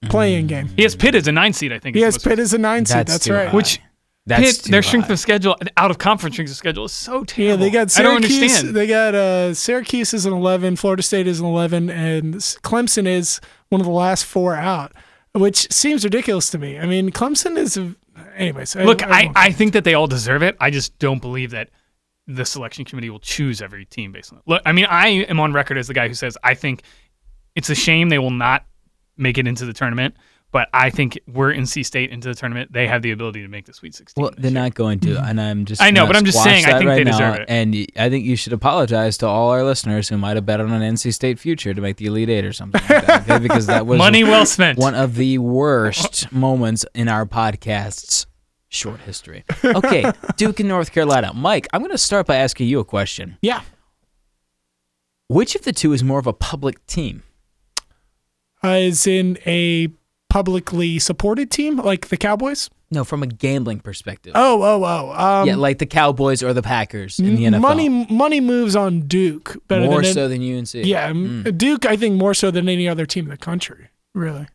Speaker 1: Playing game.
Speaker 3: He has Pitt as a nine seed, I think.
Speaker 1: He
Speaker 3: is
Speaker 1: has
Speaker 3: what's-
Speaker 1: Pitt as a nine seed.
Speaker 2: That's
Speaker 1: That's
Speaker 2: too
Speaker 1: right.
Speaker 2: high.
Speaker 3: Which
Speaker 2: That's
Speaker 3: Pitt, their
Speaker 2: too
Speaker 3: strength
Speaker 2: high.
Speaker 3: of schedule, out of conference strength of schedule is so
Speaker 1: yeah,
Speaker 3: terrible.
Speaker 1: they got
Speaker 3: I don't
Speaker 1: Syracuse.
Speaker 3: understand.
Speaker 1: They got uh, Syracuse is an eleven. Florida State is an eleven, and S- Clemson is one of the last four out, which seems ridiculous to me. I mean, Clemson is. a- Anyways,
Speaker 3: Look, I,
Speaker 1: won't-
Speaker 3: I think that they all deserve it. I just don't believe that the selection committee will choose every team based on that. Look, I mean, I am on record as the guy who says I think it's a shame they will not make it into the tournament, but I think we're NC State into the tournament. They have the ability to make the Sweet 16.
Speaker 2: Well, they're not going to, and I'm just.
Speaker 3: I know,
Speaker 2: gonna
Speaker 3: but I'm just
Speaker 2: squash
Speaker 3: saying, I
Speaker 2: that
Speaker 3: think
Speaker 2: right
Speaker 3: they
Speaker 2: now,
Speaker 3: deserve it.
Speaker 2: And y- I think you should apologize to all our listeners who might have bet on an NC State future to make the Elite Eight or something like that, okay? because that was
Speaker 3: Money well spent.
Speaker 2: One of the worst moments in our podcast's short history. Okay, Duke and North Carolina. Mike, I'm going to start by asking you a question.
Speaker 1: yeah.
Speaker 2: Which of the two is more of a public team?
Speaker 1: Uh, is in a publicly supported team like the Cowboys.
Speaker 2: No, from a gambling perspective.
Speaker 1: Oh, oh, oh. Um,
Speaker 2: yeah, like the Cowboys or the Packers in the NFL.
Speaker 1: money money moves on Duke better
Speaker 2: more
Speaker 1: than
Speaker 2: so than Mm. UNC.
Speaker 1: Yeah, m- Duke. I think more so than any other team in the country. Really.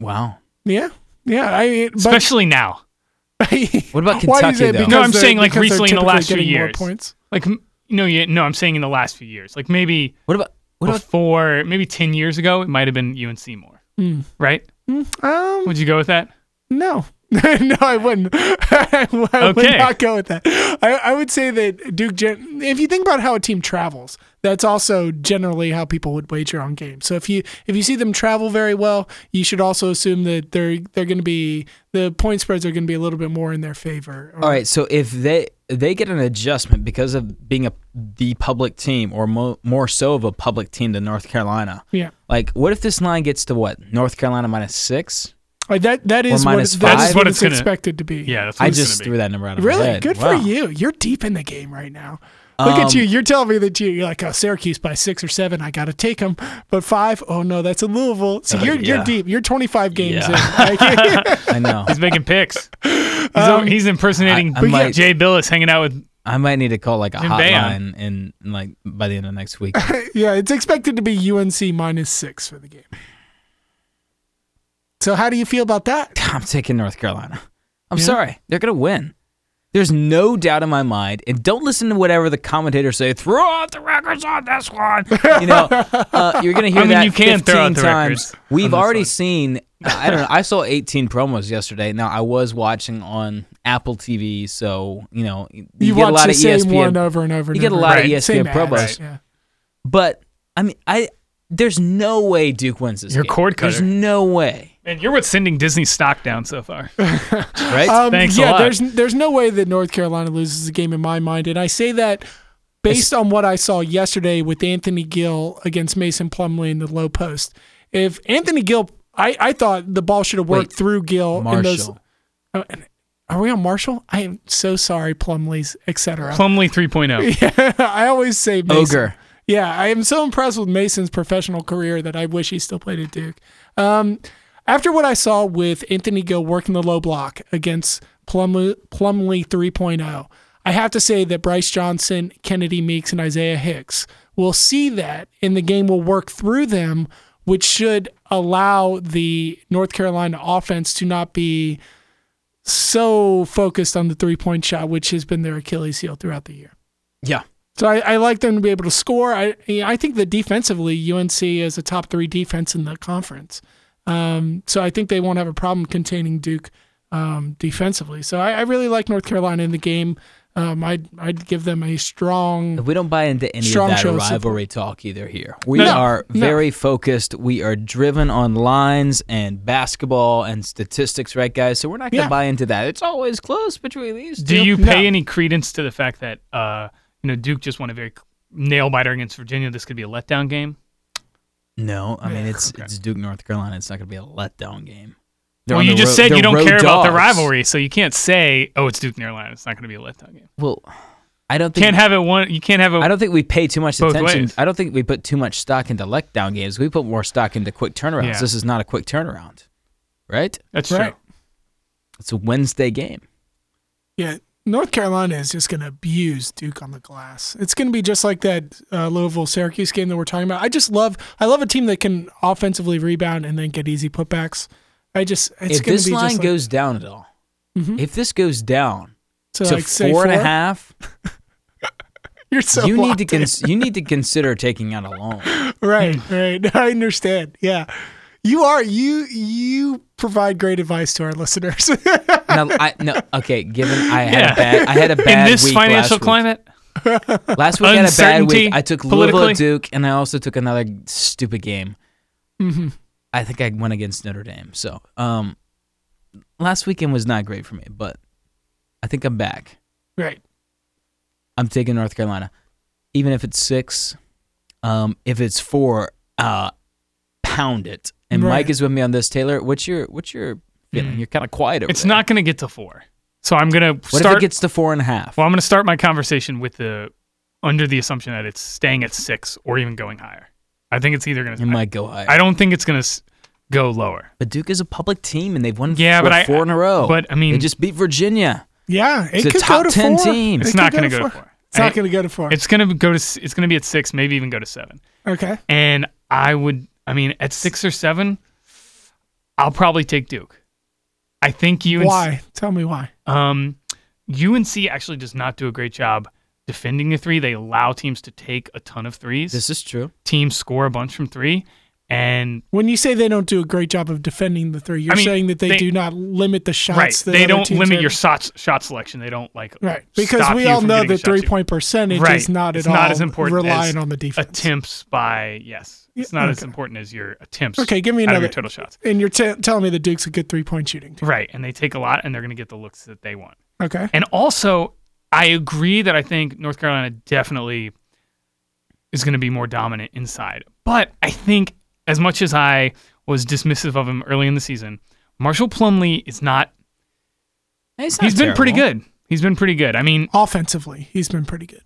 Speaker 2: Wow.
Speaker 1: Yeah. Yeah. I mean, but
Speaker 3: Especially now.
Speaker 2: What
Speaker 1: Why
Speaker 2: about
Speaker 1: do you
Speaker 2: Kentucky,
Speaker 1: say
Speaker 2: though?
Speaker 1: because
Speaker 3: No, I'm
Speaker 1: they're-
Speaker 3: saying, like,
Speaker 1: because they're
Speaker 3: recently in the
Speaker 1: typically
Speaker 3: last few
Speaker 1: getting more
Speaker 3: years.
Speaker 1: points?
Speaker 3: Like, m- no, yeah, no, I'm saying in the last few years. Like, maybe
Speaker 1: Oh,
Speaker 2: What about what about Hmm.
Speaker 3: before, maybe 10 years ago, it might have been UNC more. Right?
Speaker 1: Um,
Speaker 3: Would you go with that?
Speaker 1: No. no, I wouldn't. I would
Speaker 3: Okay.
Speaker 1: not go with that. I, I would say that Duke, Gen- if you think about how a team travels, that's also generally how people would wager on games. So if you if you see them travel very well, you should also assume that they're they're going to be the point spreads are going to be a little bit more in their favor. Or-
Speaker 2: All right, so if they they get an adjustment because of being a the public team or mo- more so of a public team than North Carolina.
Speaker 1: Yeah.
Speaker 2: Like what if this line gets to what? North Carolina minus 6?
Speaker 1: Like that that is what,
Speaker 2: minus
Speaker 1: it- that is what
Speaker 2: five?
Speaker 3: That's what
Speaker 1: it's
Speaker 3: it's gonna-
Speaker 1: expected to be.
Speaker 3: Yeah, that's what
Speaker 2: I
Speaker 3: it's gonna
Speaker 2: just
Speaker 3: be.
Speaker 2: threw that number out of my
Speaker 1: Really?
Speaker 2: head.
Speaker 1: Good
Speaker 2: Wow. Um,
Speaker 1: for you. You're deep in the game right now. Look at you. You're telling me that you, you're like, oh, Syracuse by six or seven. I got to take them. But five, oh, no, that's a Louisville. So
Speaker 2: Uh,
Speaker 1: you're, you're
Speaker 2: yeah.
Speaker 1: deep. You're 25 games
Speaker 2: Yeah.
Speaker 1: in. Like,
Speaker 2: I know.
Speaker 3: He's making picks. He's,
Speaker 1: Um,
Speaker 3: he's impersonating
Speaker 2: I- I might-
Speaker 3: Jay Billis hanging out with.
Speaker 2: I might need to call like a
Speaker 3: Jim Boehm.
Speaker 2: hotline in like by the end of next week.
Speaker 1: yeah, it's expected to be UNC minus six for the game. So how do you feel about that?
Speaker 2: I'm taking North Carolina. I'm sorry. They're going to win. There's no doubt in my mind. And don't listen to whatever the commentators say. Throw out the records on this one. You know, uh, you're going to hear
Speaker 3: I mean,
Speaker 2: that
Speaker 3: you can
Speaker 2: 15
Speaker 3: throw out the
Speaker 2: times.
Speaker 3: records
Speaker 2: We've
Speaker 3: on this
Speaker 2: already
Speaker 3: one.
Speaker 2: seen, I don't know, I saw 18 promos yesterday. Now, I was watching on Apple TV. So, you know, you,
Speaker 1: You,
Speaker 2: get
Speaker 1: watch
Speaker 2: a lot
Speaker 1: the
Speaker 2: of E
Speaker 1: same
Speaker 2: ESPN.
Speaker 1: one over and over. And
Speaker 2: you get a
Speaker 1: over
Speaker 2: lot
Speaker 1: again.
Speaker 2: of E
Speaker 3: Right.
Speaker 2: ESPN
Speaker 1: Same ads,
Speaker 2: promos.
Speaker 1: yeah.
Speaker 2: But, I mean, I there's no way Duke wins this
Speaker 3: You're
Speaker 2: game.
Speaker 3: cord
Speaker 2: There's
Speaker 3: cutter.
Speaker 2: no way.
Speaker 3: And you're what's sending Disney stock down so far.
Speaker 2: Right?
Speaker 1: Um,
Speaker 3: Thanks a
Speaker 1: yeah,
Speaker 3: lot.
Speaker 1: there's there's no way that North Carolina loses the game in my mind, and I say that based on what I saw yesterday with Anthony Gill against Mason Plumley in the low post. If Anthony Gill, I, I thought the ball should have worked
Speaker 2: Wait,
Speaker 1: through Gill. In those,
Speaker 2: Marshall.
Speaker 1: Oh, and- are we on Marshall? I am so sorry, Plumleys, etc.
Speaker 3: Plumley 3.0.
Speaker 1: I always say Mason.
Speaker 2: Ogre.
Speaker 1: Yeah, I am so impressed with Mason's professional career that I wish he still played at Duke. Um, after what I saw with Anthony Gill working the low block against Plumlee, Plumlee 3.0, I have to say that Bryce Johnson, Kennedy Meeks, and Isaiah Hicks will see that, and the game will work through them, which should allow the North Carolina offense to not be so focused on the three point shot, which has been their Achilles heel throughout the year.
Speaker 2: Yeah.
Speaker 1: So I, I like them to be able to score. I I think that defensively, UNC is a top three defense in the conference. Um, so I think they won't have a problem containing Duke um, defensively. So I, I really like North Carolina in the game. Um, I'd I'd give them a strong.
Speaker 2: We don't buy into any
Speaker 1: Strong
Speaker 2: of that
Speaker 1: show of support.
Speaker 2: rivalry talk either here. We
Speaker 1: No,
Speaker 2: are
Speaker 1: no.
Speaker 2: very focused. We are driven on lines and basketball and statistics, right, guys? So we're not going to
Speaker 1: Yeah.
Speaker 2: buy into that. It's always close between these
Speaker 3: Do
Speaker 2: two.
Speaker 3: you
Speaker 1: No.
Speaker 3: pay any credence to the fact that uh, you know Duke just won a very nail biter against Virginia? This could be a letdown game.
Speaker 2: No, I mean,
Speaker 1: Yeah.
Speaker 2: it's,
Speaker 3: Okay.
Speaker 2: it's Duke, North Carolina. It's not going to be a letdown game. They're
Speaker 3: Well,
Speaker 2: on
Speaker 3: you
Speaker 2: the
Speaker 3: just
Speaker 2: road-
Speaker 3: said
Speaker 2: they're
Speaker 3: you don't
Speaker 2: road
Speaker 3: care about the
Speaker 2: dogs.
Speaker 3: rivalry, so you can't say, "Oh, it's Duke and Carolina. It's not going to be a letdown game."
Speaker 2: Well, I don't think
Speaker 3: Can't have it one. You can't have
Speaker 2: I
Speaker 3: a.
Speaker 2: don't think we pay too much
Speaker 3: Both
Speaker 2: attention.
Speaker 3: ways.
Speaker 2: I don't think we put too much stock into letdown games. We put more stock into quick turnarounds.
Speaker 3: Yeah.
Speaker 2: This is not a quick turnaround, right?
Speaker 3: That's
Speaker 1: Right.
Speaker 3: true.
Speaker 2: It's a Wednesday game.
Speaker 1: Yeah, North Carolina is just going to abuse Duke on the glass. It's going to be just like that uh, Louisville Syracuse game that we're talking about. I just love I love a team that can offensively rebound and then get easy putbacks. I just it's
Speaker 2: if
Speaker 1: going
Speaker 2: this
Speaker 1: to be
Speaker 2: line
Speaker 1: just like,
Speaker 2: goes down at all,
Speaker 1: Mhm.
Speaker 2: if this goes down
Speaker 1: to,
Speaker 2: to
Speaker 1: like, say
Speaker 2: four and a
Speaker 1: four?
Speaker 2: half,
Speaker 1: You're so
Speaker 2: you need to
Speaker 1: locked in.
Speaker 2: cons- you need to consider taking out a loan.
Speaker 1: Right, right. I understand. Yeah. You are you you provide great advice to our listeners.
Speaker 2: Now, I, no, okay. Given I had
Speaker 3: Yeah.
Speaker 2: a bad, I had a
Speaker 3: In
Speaker 2: bad
Speaker 3: this
Speaker 2: week
Speaker 3: financial
Speaker 2: last
Speaker 3: climate,
Speaker 2: Week. Last week I had a bad
Speaker 3: Uncertainty
Speaker 2: week. I took Louisville
Speaker 3: politically.
Speaker 2: Duke, and I also took another stupid game.
Speaker 3: Mm-hmm.
Speaker 2: I think I went against Notre Dame. So, um, last weekend was not great for me, but I think I'm back.
Speaker 1: right.
Speaker 2: I'm taking North Carolina, even if it's six. Um, if it's four, uh, pound it. And
Speaker 1: Right.
Speaker 2: Mike is with me on this. Taylor, what's your what's your feeling? You're kind of quiet over
Speaker 3: Mm. it's
Speaker 2: there.
Speaker 3: not going to get to four. So I'm going to
Speaker 2: What
Speaker 3: start.
Speaker 2: if it gets to four and a half?
Speaker 3: well, I'm going to start my conversation with the under the assumption that it's staying at six or even going higher. I think it's either going
Speaker 2: it
Speaker 3: to.
Speaker 2: might go higher.
Speaker 3: I don't think it's going to go lower.
Speaker 2: but Duke is a public team, and they've won
Speaker 3: Yeah,
Speaker 2: four,
Speaker 3: but I-
Speaker 2: four in a row.
Speaker 3: but, I mean-
Speaker 2: they just beat Virginia.
Speaker 1: Yeah. It
Speaker 2: It's a
Speaker 1: could
Speaker 2: top
Speaker 1: go to
Speaker 2: 10
Speaker 1: four.
Speaker 2: team.
Speaker 1: It
Speaker 2: It's
Speaker 1: could
Speaker 3: not gonna go to four.
Speaker 1: It's not
Speaker 3: I-
Speaker 1: going to go to four.
Speaker 3: It's going to go to. s- It's going to be at six, maybe even go to seven.
Speaker 1: okay.
Speaker 3: And I would, I mean, at six or seven, I'll probably take Duke. I think UNC.
Speaker 1: Why? Tell me why.
Speaker 3: Um, UNC actually does not do a great job defending the three. They allow teams to take a ton of threes.
Speaker 2: This is true.
Speaker 3: teams score a bunch from three, and
Speaker 1: When you say they don't do a great job of defending the three, you're
Speaker 3: I mean,
Speaker 1: saying that they,
Speaker 3: they-
Speaker 1: do not limit the shots.
Speaker 3: right,
Speaker 1: that
Speaker 3: they
Speaker 1: other
Speaker 3: don't
Speaker 1: teams
Speaker 3: limit
Speaker 1: are-
Speaker 3: your shot shot selection. They don't like
Speaker 1: right because
Speaker 3: stop
Speaker 1: we
Speaker 3: you
Speaker 1: all
Speaker 3: from
Speaker 1: know
Speaker 3: getting
Speaker 1: that
Speaker 3: shots you-
Speaker 1: three point percentage
Speaker 3: Right.
Speaker 1: is not at
Speaker 3: It's
Speaker 1: all
Speaker 3: not as important as-
Speaker 1: relying on the defense.
Speaker 3: attempts by yes. It's not as
Speaker 1: okay.
Speaker 3: important as your attempts.
Speaker 1: Okay, give me
Speaker 3: out of
Speaker 1: another.
Speaker 3: your total shots.
Speaker 1: and you're t- telling me the Duke's a good three point shooting team.
Speaker 3: Right, and they take a lot, and they're going to get the looks that they want.
Speaker 1: Okay.
Speaker 3: And also, I agree that I think North Carolina definitely is going to be more dominant inside. But I think as much as I was dismissive of him early in the season, Marshall Plumlee is not.
Speaker 2: He's
Speaker 3: He's been pretty good. He's been pretty good. I mean,
Speaker 1: Offensively, he's been pretty good.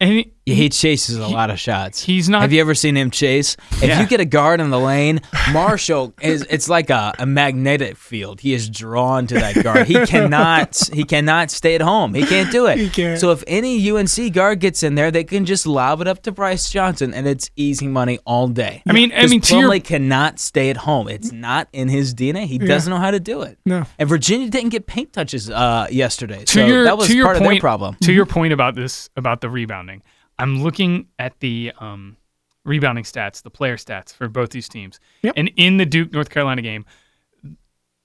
Speaker 3: and he-
Speaker 2: Yeah, he chases a lot of shots.
Speaker 3: he's not-
Speaker 2: Have you ever seen him chase? If
Speaker 3: Yeah.
Speaker 2: you get a guard in the lane, Marshall is. It's like a, a magnetic field. He is drawn to that guard. He cannot. He cannot stay at home. He can't do it.
Speaker 1: He can't.
Speaker 2: So if any UNC guard gets in there, they can just lob it up to Bryce Johnson, and it's easy money all day.
Speaker 3: I mean- I
Speaker 2: 'Cause
Speaker 3: mean, to your-
Speaker 2: Plumlee cannot stay at home. It's not in his DNA. He doesn't know how to do it.
Speaker 1: No.
Speaker 2: And Virginia didn't get paint touches uh, yesterday.
Speaker 3: to
Speaker 2: so
Speaker 3: your
Speaker 2: that was
Speaker 3: to your
Speaker 2: part
Speaker 3: point,
Speaker 2: of their problem. Mm-hmm.
Speaker 3: To your point about this about the rebounding, I'm looking at the um, rebounding stats, the player stats for both these teams,
Speaker 1: Yep.
Speaker 3: and in the Duke North Carolina game,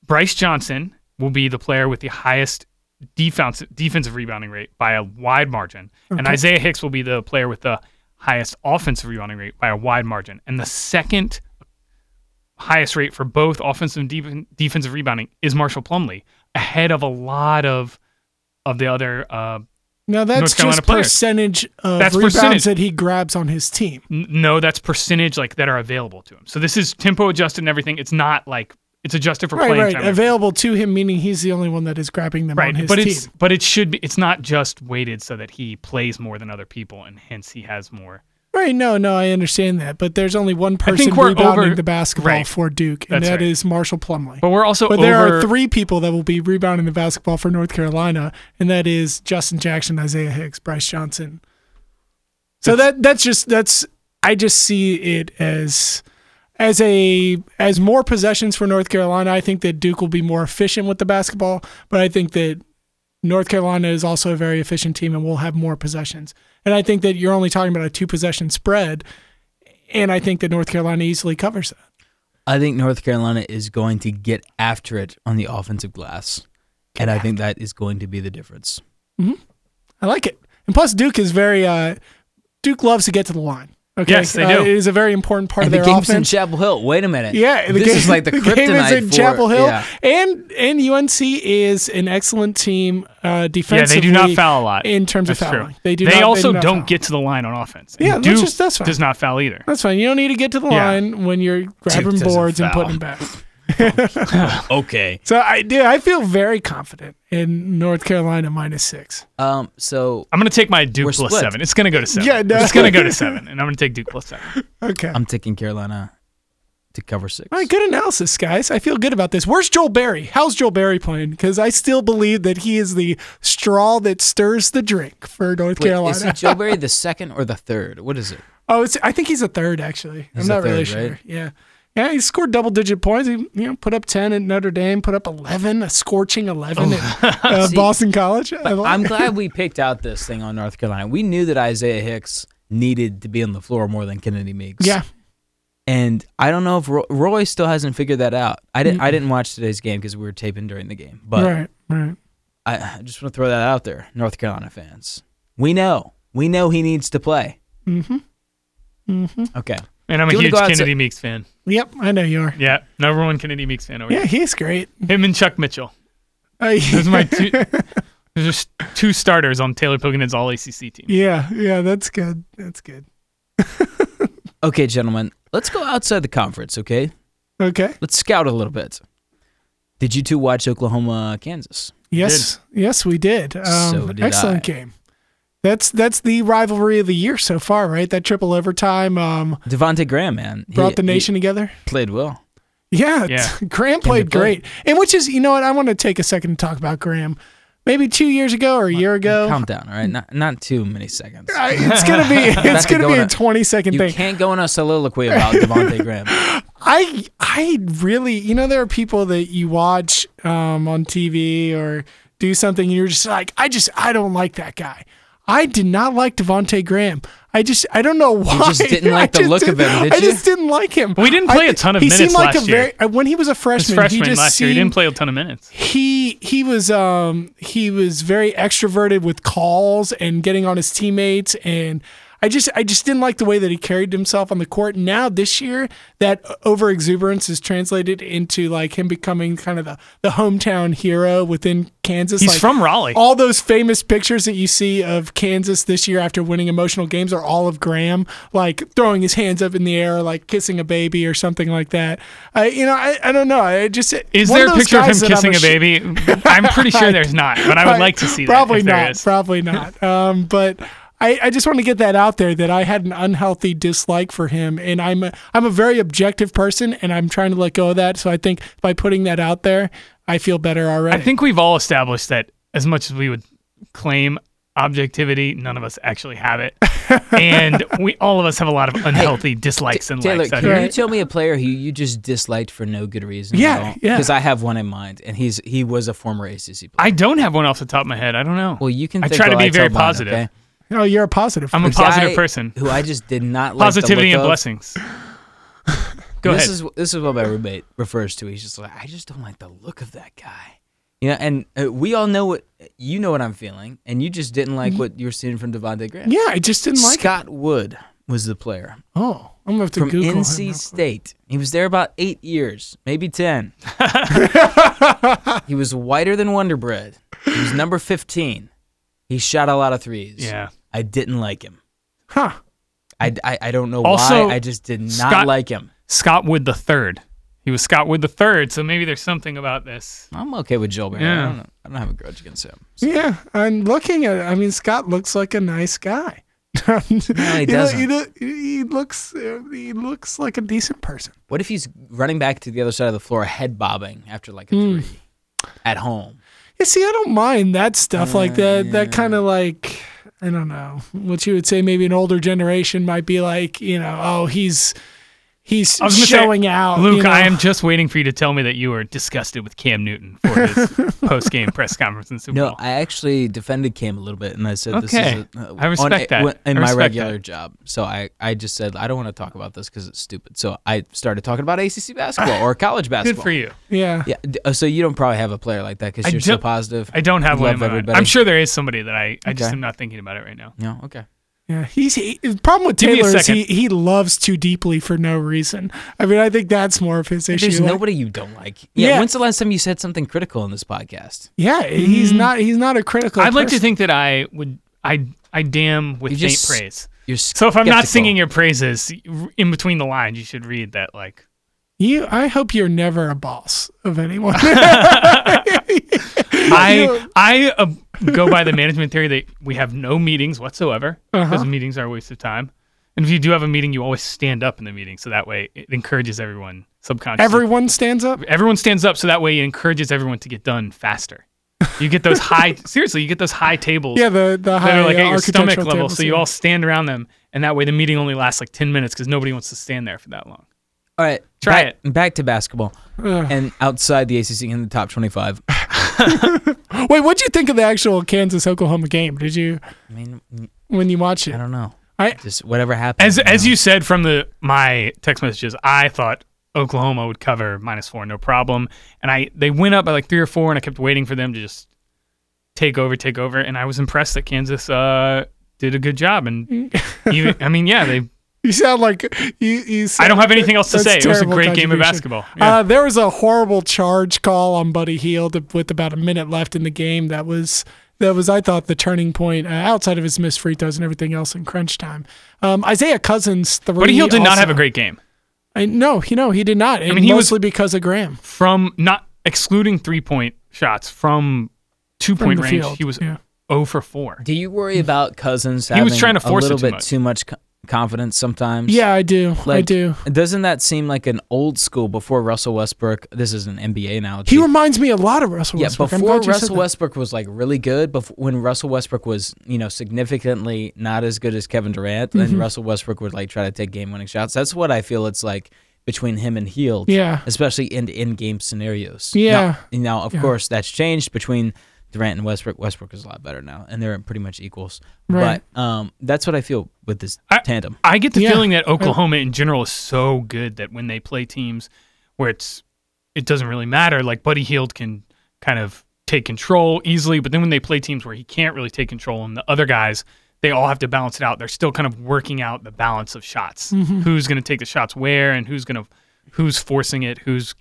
Speaker 3: Bryce Johnson will be the player with the highest defense defensive rebounding rate by a wide margin, and Isaiah Hicks will be the player with the highest offensive rebounding rate by a wide margin, and the second highest rate for both offensive and def- defensive rebounding is Marshall Plumley, ahead of a lot of of the other. Uh,
Speaker 1: Now that's
Speaker 3: North Carolina
Speaker 1: just
Speaker 3: player.
Speaker 1: percentage of
Speaker 3: That's
Speaker 1: rebounds
Speaker 3: percentage.
Speaker 1: that he grabs on his team.
Speaker 3: n- no, that's percentage like that are available to him. So this is tempo adjusted and everything. It's not like it's adjusted for
Speaker 1: Right,
Speaker 3: playing
Speaker 1: right.
Speaker 3: time.
Speaker 1: Available to him, meaning he's the only one that is grabbing them on
Speaker 3: right,
Speaker 1: his
Speaker 3: but
Speaker 1: team.
Speaker 3: it's but it should be. It's not just weighted so that he plays more than other people, and hence he has more.
Speaker 1: Right, no, no, I understand that, but there's only one person
Speaker 3: we're
Speaker 1: rebounding
Speaker 3: over-
Speaker 1: the basketball
Speaker 3: right.
Speaker 1: for Duke, and
Speaker 3: That's
Speaker 1: that is
Speaker 3: right.
Speaker 1: Marshall Plumley.
Speaker 3: But we're also
Speaker 1: But there
Speaker 3: over-
Speaker 1: are three people that will be rebounding the basketball for North Carolina, and that is Justin Jackson, Isaiah Hicks, Bryce Johnson. So that that's just that's I just see it as as a as more possessions for North Carolina. I think that Duke will be more efficient with the basketball, but I think that North Carolina is also a very efficient team and will have more possessions. And I think that you're only talking about a two possession spread, and I think that North Carolina easily covers that.
Speaker 2: I think North Carolina is going to get after it on the offensive glass. And I think that is going to be the difference.
Speaker 1: I like it. And plus, Duke is very uh, Duke loves to get to the line. Okay?
Speaker 3: Yes, they
Speaker 1: Uh,
Speaker 3: do.
Speaker 1: it is a very important part
Speaker 2: And the
Speaker 1: of their
Speaker 2: game's in
Speaker 1: offense.
Speaker 2: Chapel Hill. Wait a minute.
Speaker 1: yeah, the
Speaker 2: this
Speaker 1: game,
Speaker 2: is like the, kryptonite
Speaker 1: game is in
Speaker 2: for-
Speaker 1: Chapel Hill,
Speaker 2: Yeah.
Speaker 1: and and UNC is an excellent team uh,
Speaker 3: yeah, they
Speaker 1: defensively.
Speaker 3: do not foul a lot
Speaker 1: in terms of
Speaker 3: That's true.
Speaker 1: fouling. They do.
Speaker 3: They
Speaker 1: not,
Speaker 3: also
Speaker 1: do not
Speaker 3: don't
Speaker 1: foul.
Speaker 3: get to the line on offense. And
Speaker 1: Yeah, that's
Speaker 3: Duke
Speaker 1: just- that's fine.
Speaker 3: does not foul either.
Speaker 1: That's fine. You don't need to get to the
Speaker 3: Yeah.
Speaker 1: line when you're grabbing
Speaker 2: doesn't
Speaker 1: boards and
Speaker 2: foul.
Speaker 1: putting them back.
Speaker 2: Okay.
Speaker 1: So I do. I feel very confident in North Carolina minus six.
Speaker 2: Um, so
Speaker 3: I'm gonna take my Duke
Speaker 2: We're
Speaker 3: plus
Speaker 2: split.
Speaker 3: seven. It's gonna go to seven.
Speaker 1: Yeah, no.
Speaker 3: it's gonna go to seven, and I'm gonna take Duke plus seven.
Speaker 1: Okay.
Speaker 2: I'm taking Carolina to cover six.
Speaker 1: All right, good analysis, guys. I feel good about this. Where's Joel Berry? How's Joel Berry playing? Because I still believe that he is the straw that stirs the drink for North
Speaker 2: Wait,
Speaker 1: Carolina.
Speaker 2: is it Joe Barry the second or the third? What is it?
Speaker 1: oh, it's, I think he's a third, actually.
Speaker 2: He's
Speaker 1: I'm
Speaker 2: a
Speaker 1: not really
Speaker 2: third,
Speaker 1: sure.
Speaker 2: right?
Speaker 1: Yeah. Yeah, he scored double digit points. He you know, put up 10 at Notre Dame, put up 11, a scorching 11 at uh,
Speaker 2: Oh. See,
Speaker 1: Boston College. I like-
Speaker 2: I'm glad we picked out this thing on North Carolina. We knew that Isaiah Hicks needed to be on the floor more than Kennedy Meeks.
Speaker 1: yeah.
Speaker 2: and I don't know if Roy, Roy still hasn't figured that out. I didn't. I didn't watch today's game because we were taping during the game. But
Speaker 1: Right, right.
Speaker 2: I, I just want to throw that out there, North Carolina fans. We know. We know he needs to play. Mm-hmm. Mm-hmm. Okay.
Speaker 3: And I'm a
Speaker 2: Do you wanna
Speaker 3: huge
Speaker 2: go outside-
Speaker 3: Kennedy Meeks fan.
Speaker 1: Yep, I know you are.
Speaker 3: Yeah, number one Kennedy Meeks fan
Speaker 2: Oh,
Speaker 3: over
Speaker 1: Yeah, he's great.
Speaker 3: here. Him and Chuck Mitchell.
Speaker 1: Uh,
Speaker 3: Those are my two. There's just two starters on Taylor Pilkington's All ACC team.
Speaker 1: yeah, yeah, that's good. That's good.
Speaker 2: Okay, gentlemen. Let's go outside the conference. Okay.
Speaker 1: Okay.
Speaker 2: Let's scout a little bit. Did you two watch Oklahoma, Kansas?
Speaker 1: Yes, yes, we did. Um,
Speaker 2: So did
Speaker 1: excellent
Speaker 2: I.
Speaker 1: game. That's that's the rivalry of the year so far, right? That triple overtime um,
Speaker 2: Devonte Graham, man, He-
Speaker 1: brought the
Speaker 2: he
Speaker 1: nation together.
Speaker 2: played well.
Speaker 1: Yeah,
Speaker 3: Yeah.
Speaker 1: Graham
Speaker 2: they
Speaker 1: played
Speaker 2: play?
Speaker 1: great, and which is you know what I want to take a second to talk about Graham. Maybe two years ago or a year ago,
Speaker 2: Calm down. All right. Not not too many seconds.
Speaker 1: I, it's gonna be it's
Speaker 2: to
Speaker 1: gonna
Speaker 2: go
Speaker 1: be
Speaker 2: on
Speaker 1: a
Speaker 2: a-
Speaker 1: twenty second
Speaker 2: You
Speaker 1: thing.
Speaker 2: can't go in a soliloquy about Devonte Graham.
Speaker 1: I I really you know there are people that you watch um, on TV or do something and you're just like I just I don't like that guy. I did not like Devonte Graham. I I just I don't know why.
Speaker 2: just didn't
Speaker 1: I
Speaker 2: like the
Speaker 1: just
Speaker 2: look of
Speaker 1: didn't-
Speaker 2: him, did
Speaker 1: I
Speaker 2: you?
Speaker 1: just didn't like him.
Speaker 3: We didn't play
Speaker 1: a
Speaker 3: a ton of
Speaker 1: he
Speaker 3: minutes
Speaker 1: seemed like a
Speaker 3: last year.
Speaker 1: very when he was a
Speaker 3: As
Speaker 1: freshman.
Speaker 3: freshman
Speaker 1: he just
Speaker 3: last
Speaker 1: seemed,
Speaker 3: year, he didn't play a ton of minutes.
Speaker 1: he he was um he was very extroverted with calls and getting on his teammates and I just I just didn't like the way that he carried himself on the court. Now this year that over exuberance is translated into like him becoming kind of the, the hometown hero within Kansas.
Speaker 3: He's
Speaker 1: like,
Speaker 3: from Raleigh.
Speaker 1: all those famous pictures that you see of Kansas this year after winning emotional games are all of Graham, like throwing his hands up in the air, like kissing a baby or something like that. I, you know, I, I don't know. I just
Speaker 3: Is
Speaker 1: one
Speaker 3: there a
Speaker 1: those
Speaker 3: picture of him
Speaker 1: guys that I'm
Speaker 3: kissing a
Speaker 1: ashamed-
Speaker 3: baby? I'm pretty sure there's not, but I would like to see that.
Speaker 1: Probably
Speaker 3: if there
Speaker 1: not.
Speaker 3: is.
Speaker 1: Probably not. Um, but I, I just want to get that out there that I had an unhealthy dislike for him, and I'm a, I'm a very objective person, and I'm trying to let go of that. So I think by putting that out there, I feel better already.
Speaker 3: I think we've all established that as much as we would claim objectivity, none of us actually have it, and we all of us have a lot of unhealthy dislikes and
Speaker 2: Taylor,
Speaker 3: likes. out
Speaker 2: can
Speaker 3: here.
Speaker 2: you tell me a player who you just disliked for no good reason?
Speaker 1: Yeah, yeah.
Speaker 2: Because I have one in mind, and he's he was a former ACC player.
Speaker 3: I don't have one off the top of my head. I don't know.
Speaker 2: well, you can.
Speaker 3: I
Speaker 2: think
Speaker 3: try to
Speaker 2: while
Speaker 3: be
Speaker 2: tell
Speaker 3: very
Speaker 2: mine,
Speaker 3: positive.
Speaker 2: okay?
Speaker 1: oh, you're a positive.
Speaker 3: I'm a
Speaker 2: The
Speaker 3: positive
Speaker 2: guy
Speaker 3: person.
Speaker 2: who I just did not like the
Speaker 3: Positivity
Speaker 2: look
Speaker 3: and
Speaker 2: of.
Speaker 3: blessings. Go
Speaker 2: this
Speaker 3: ahead.
Speaker 2: is this is what my roommate refers to. He's just like, I just don't like the look of that guy. You know, and uh, we all know what you know what I'm feeling, and you just didn't
Speaker 3: Mm-hmm.
Speaker 2: like what you were seeing from Devontae Graham.
Speaker 1: yeah, I just didn't like. it.
Speaker 2: Scott Wood was the player
Speaker 1: Oh, I'm gonna have to
Speaker 2: from
Speaker 1: Google him
Speaker 2: NC
Speaker 1: now.
Speaker 2: State. He was there about eight years, maybe ten. he was whiter than Wonder Bread. He was number fifteen. He shot a lot of threes.
Speaker 3: Yeah.
Speaker 2: I didn't like him.
Speaker 1: Huh.
Speaker 2: I, I, I don't know
Speaker 3: Also,
Speaker 2: why. I just did not
Speaker 3: Scott-
Speaker 2: like him.
Speaker 3: Scott Wood the third. He was Scott Wood the third, so maybe there's something about this.
Speaker 2: I'm okay with Gilbert.
Speaker 3: Yeah.
Speaker 2: I, don't, know. I don't have a grudge against him.
Speaker 1: Yeah, I'm looking at. it. I mean, Scott looks like a nice guy. no, he
Speaker 2: doesn't.
Speaker 1: He, look- he looks. uh, He looks like a decent person.
Speaker 2: What if he's running back to the other side of the floor, head bobbing after like a
Speaker 3: Hmm.
Speaker 2: three at home?
Speaker 1: You see, I don't mind that stuff like that.
Speaker 3: Uh,
Speaker 1: That kind of like I don't know what you would say. Maybe an older generation might be like, you know, oh, he's he's
Speaker 3: I was gonna say,
Speaker 1: showing out.
Speaker 3: Luke,
Speaker 1: you know?
Speaker 3: I am just waiting for you to tell me that you were disgusted with Cam Newton for his post game press conference in Super
Speaker 2: No,
Speaker 3: Bowl.
Speaker 2: I actually defended Cam a little bit, and I said this
Speaker 3: Okay.
Speaker 2: is a, uh,
Speaker 3: I respect
Speaker 2: on,
Speaker 3: that.
Speaker 2: when- in
Speaker 3: I
Speaker 2: my
Speaker 3: respect
Speaker 2: regular
Speaker 3: that.
Speaker 2: job. So I, I just said I don't want to talk about this because it's stupid. So I started talking about ACC basketball or college basketball.
Speaker 3: Good for you.
Speaker 1: Yeah.
Speaker 2: Yeah. d- uh, So you don't probably have a player like that
Speaker 3: I
Speaker 2: because you're so
Speaker 3: don't-
Speaker 2: positive.
Speaker 3: I don't have
Speaker 2: You
Speaker 3: one.
Speaker 2: love
Speaker 3: in my mind.
Speaker 2: everybody.
Speaker 3: I'm sure there is somebody that I, I just
Speaker 2: Okay.
Speaker 3: am not thinking about it right now.
Speaker 2: no. Okay.
Speaker 1: Yeah, he's he, the problem with
Speaker 3: Give me a
Speaker 1: Taylor is
Speaker 3: second.
Speaker 1: he, he loves too deeply for no reason. I mean, I think that's more of his issue.
Speaker 2: There's
Speaker 1: Like,
Speaker 2: nobody you don't like. Yeah,
Speaker 1: Yeah.
Speaker 2: When's the last time you said something critical in this podcast?
Speaker 1: yeah, he's not he's not a critical.
Speaker 3: Mm-hmm. I'd like to
Speaker 1: person.
Speaker 3: think that I would I I damn with
Speaker 2: You
Speaker 3: faint
Speaker 2: just-
Speaker 3: praise.
Speaker 2: You're
Speaker 3: So if I'm not
Speaker 2: skeptical.
Speaker 3: singing your praises in between the lines, you should read that like
Speaker 1: You, I hope you're never a boss of anyone.
Speaker 3: I I uh, go by the management theory that we have no meetings whatsoever
Speaker 1: Uh-huh.
Speaker 3: because meetings are a waste of time. And if you do have a meeting, you always stand up in the meeting, so that way it encourages everyone subconsciously.
Speaker 1: Everyone stands up.
Speaker 3: everyone stands up, so that way it encourages everyone to get done faster. You get those high seriously, you get those high tables
Speaker 1: Yeah, the the
Speaker 3: that
Speaker 1: high
Speaker 3: are like
Speaker 1: uh,
Speaker 3: at your stomach
Speaker 1: architectural
Speaker 3: level,
Speaker 1: tables,
Speaker 3: so you
Speaker 1: yeah.
Speaker 3: all stand around them, and that way the meeting only lasts like ten minutes because nobody wants to stand there for that long.
Speaker 2: All right.
Speaker 3: Try
Speaker 2: back, it. Back to basketball
Speaker 1: Ugh.
Speaker 2: and outside the ACC in the top 25. I
Speaker 1: Wait, what'd you think of the actual Kansas Oklahoma game? Did you
Speaker 2: mean,
Speaker 1: when you watch it?
Speaker 2: I don't know.
Speaker 1: I-
Speaker 2: just whatever happened.
Speaker 3: As
Speaker 2: you
Speaker 3: as
Speaker 2: know.
Speaker 3: you said from the my text messages, I thought Oklahoma would cover minus four, no problem. And I they went up by like three or four, and I kept waiting for them to just take over, take over. And I was impressed that Kansas uh, did a good job. And even, I mean, yeah, they.
Speaker 1: You sound like you. you sound,
Speaker 3: I don't have anything else to
Speaker 1: that's
Speaker 3: say. It was a
Speaker 1: terrible
Speaker 3: great game
Speaker 1: contribution.
Speaker 3: of basketball. Yeah.
Speaker 1: Uh, there was a horrible charge call on Buddy Heald with about a minute left in the game. That was that was I thought the turning point. Uh, outside of his missed free throws and everything else in crunch time, um, Isaiah Cousins three.
Speaker 3: Buddy Hill did not
Speaker 1: also-
Speaker 3: have a great game.
Speaker 1: I, no, he no, he did not. I
Speaker 3: mean, he was-
Speaker 1: mostly because of Graham.
Speaker 3: From not excluding three point shots from two
Speaker 1: from
Speaker 3: point
Speaker 1: the
Speaker 3: range,
Speaker 1: field.
Speaker 3: he was
Speaker 1: Yeah.
Speaker 3: zero for four.
Speaker 2: Do you worry about Cousins having
Speaker 3: was trying to force
Speaker 2: a
Speaker 3: it
Speaker 2: little
Speaker 3: too
Speaker 2: bit
Speaker 3: much.
Speaker 2: too much co- confidence sometimes?
Speaker 1: Yeah, I do. I
Speaker 2: Like,
Speaker 1: do.
Speaker 2: Doesn't that seem like an old school before Russell Westbrook? This is an NBA analogy.
Speaker 1: He reminds me a lot of Russell
Speaker 2: yeah,
Speaker 1: Westbrook. I'm
Speaker 2: before
Speaker 1: glad you said
Speaker 2: Russell
Speaker 1: that.
Speaker 2: Westbrook was like really good, before, when Russell Westbrook was, you know, significantly not as good as Kevin Durant,
Speaker 1: Mm-hmm.
Speaker 2: and Russell Westbrook would like try to take game winning shots. That's what I feel it's like between him and Heald.
Speaker 1: Yeah.
Speaker 2: Especially in in game scenarios.
Speaker 1: Yeah.
Speaker 2: Now, now, of course that's changed between Durant and Westbrook. Westbrook is a lot better now, and they're pretty much equals.
Speaker 1: Right.
Speaker 2: But um, that's what I feel with this
Speaker 3: I-
Speaker 2: tandem.
Speaker 3: I get the
Speaker 1: Yeah.
Speaker 3: feeling that Oklahoma in general is so good that when they play teams where it's it doesn't really matter, like Buddy Heald can kind of take control easily, but then when they play teams where he can't really take control and the other guys, they all have to balance it out. They're still kind of working out the balance of shots.
Speaker 1: Mm-hmm.
Speaker 3: Who's gonna take the shots where and who's gonna who's forcing it, who's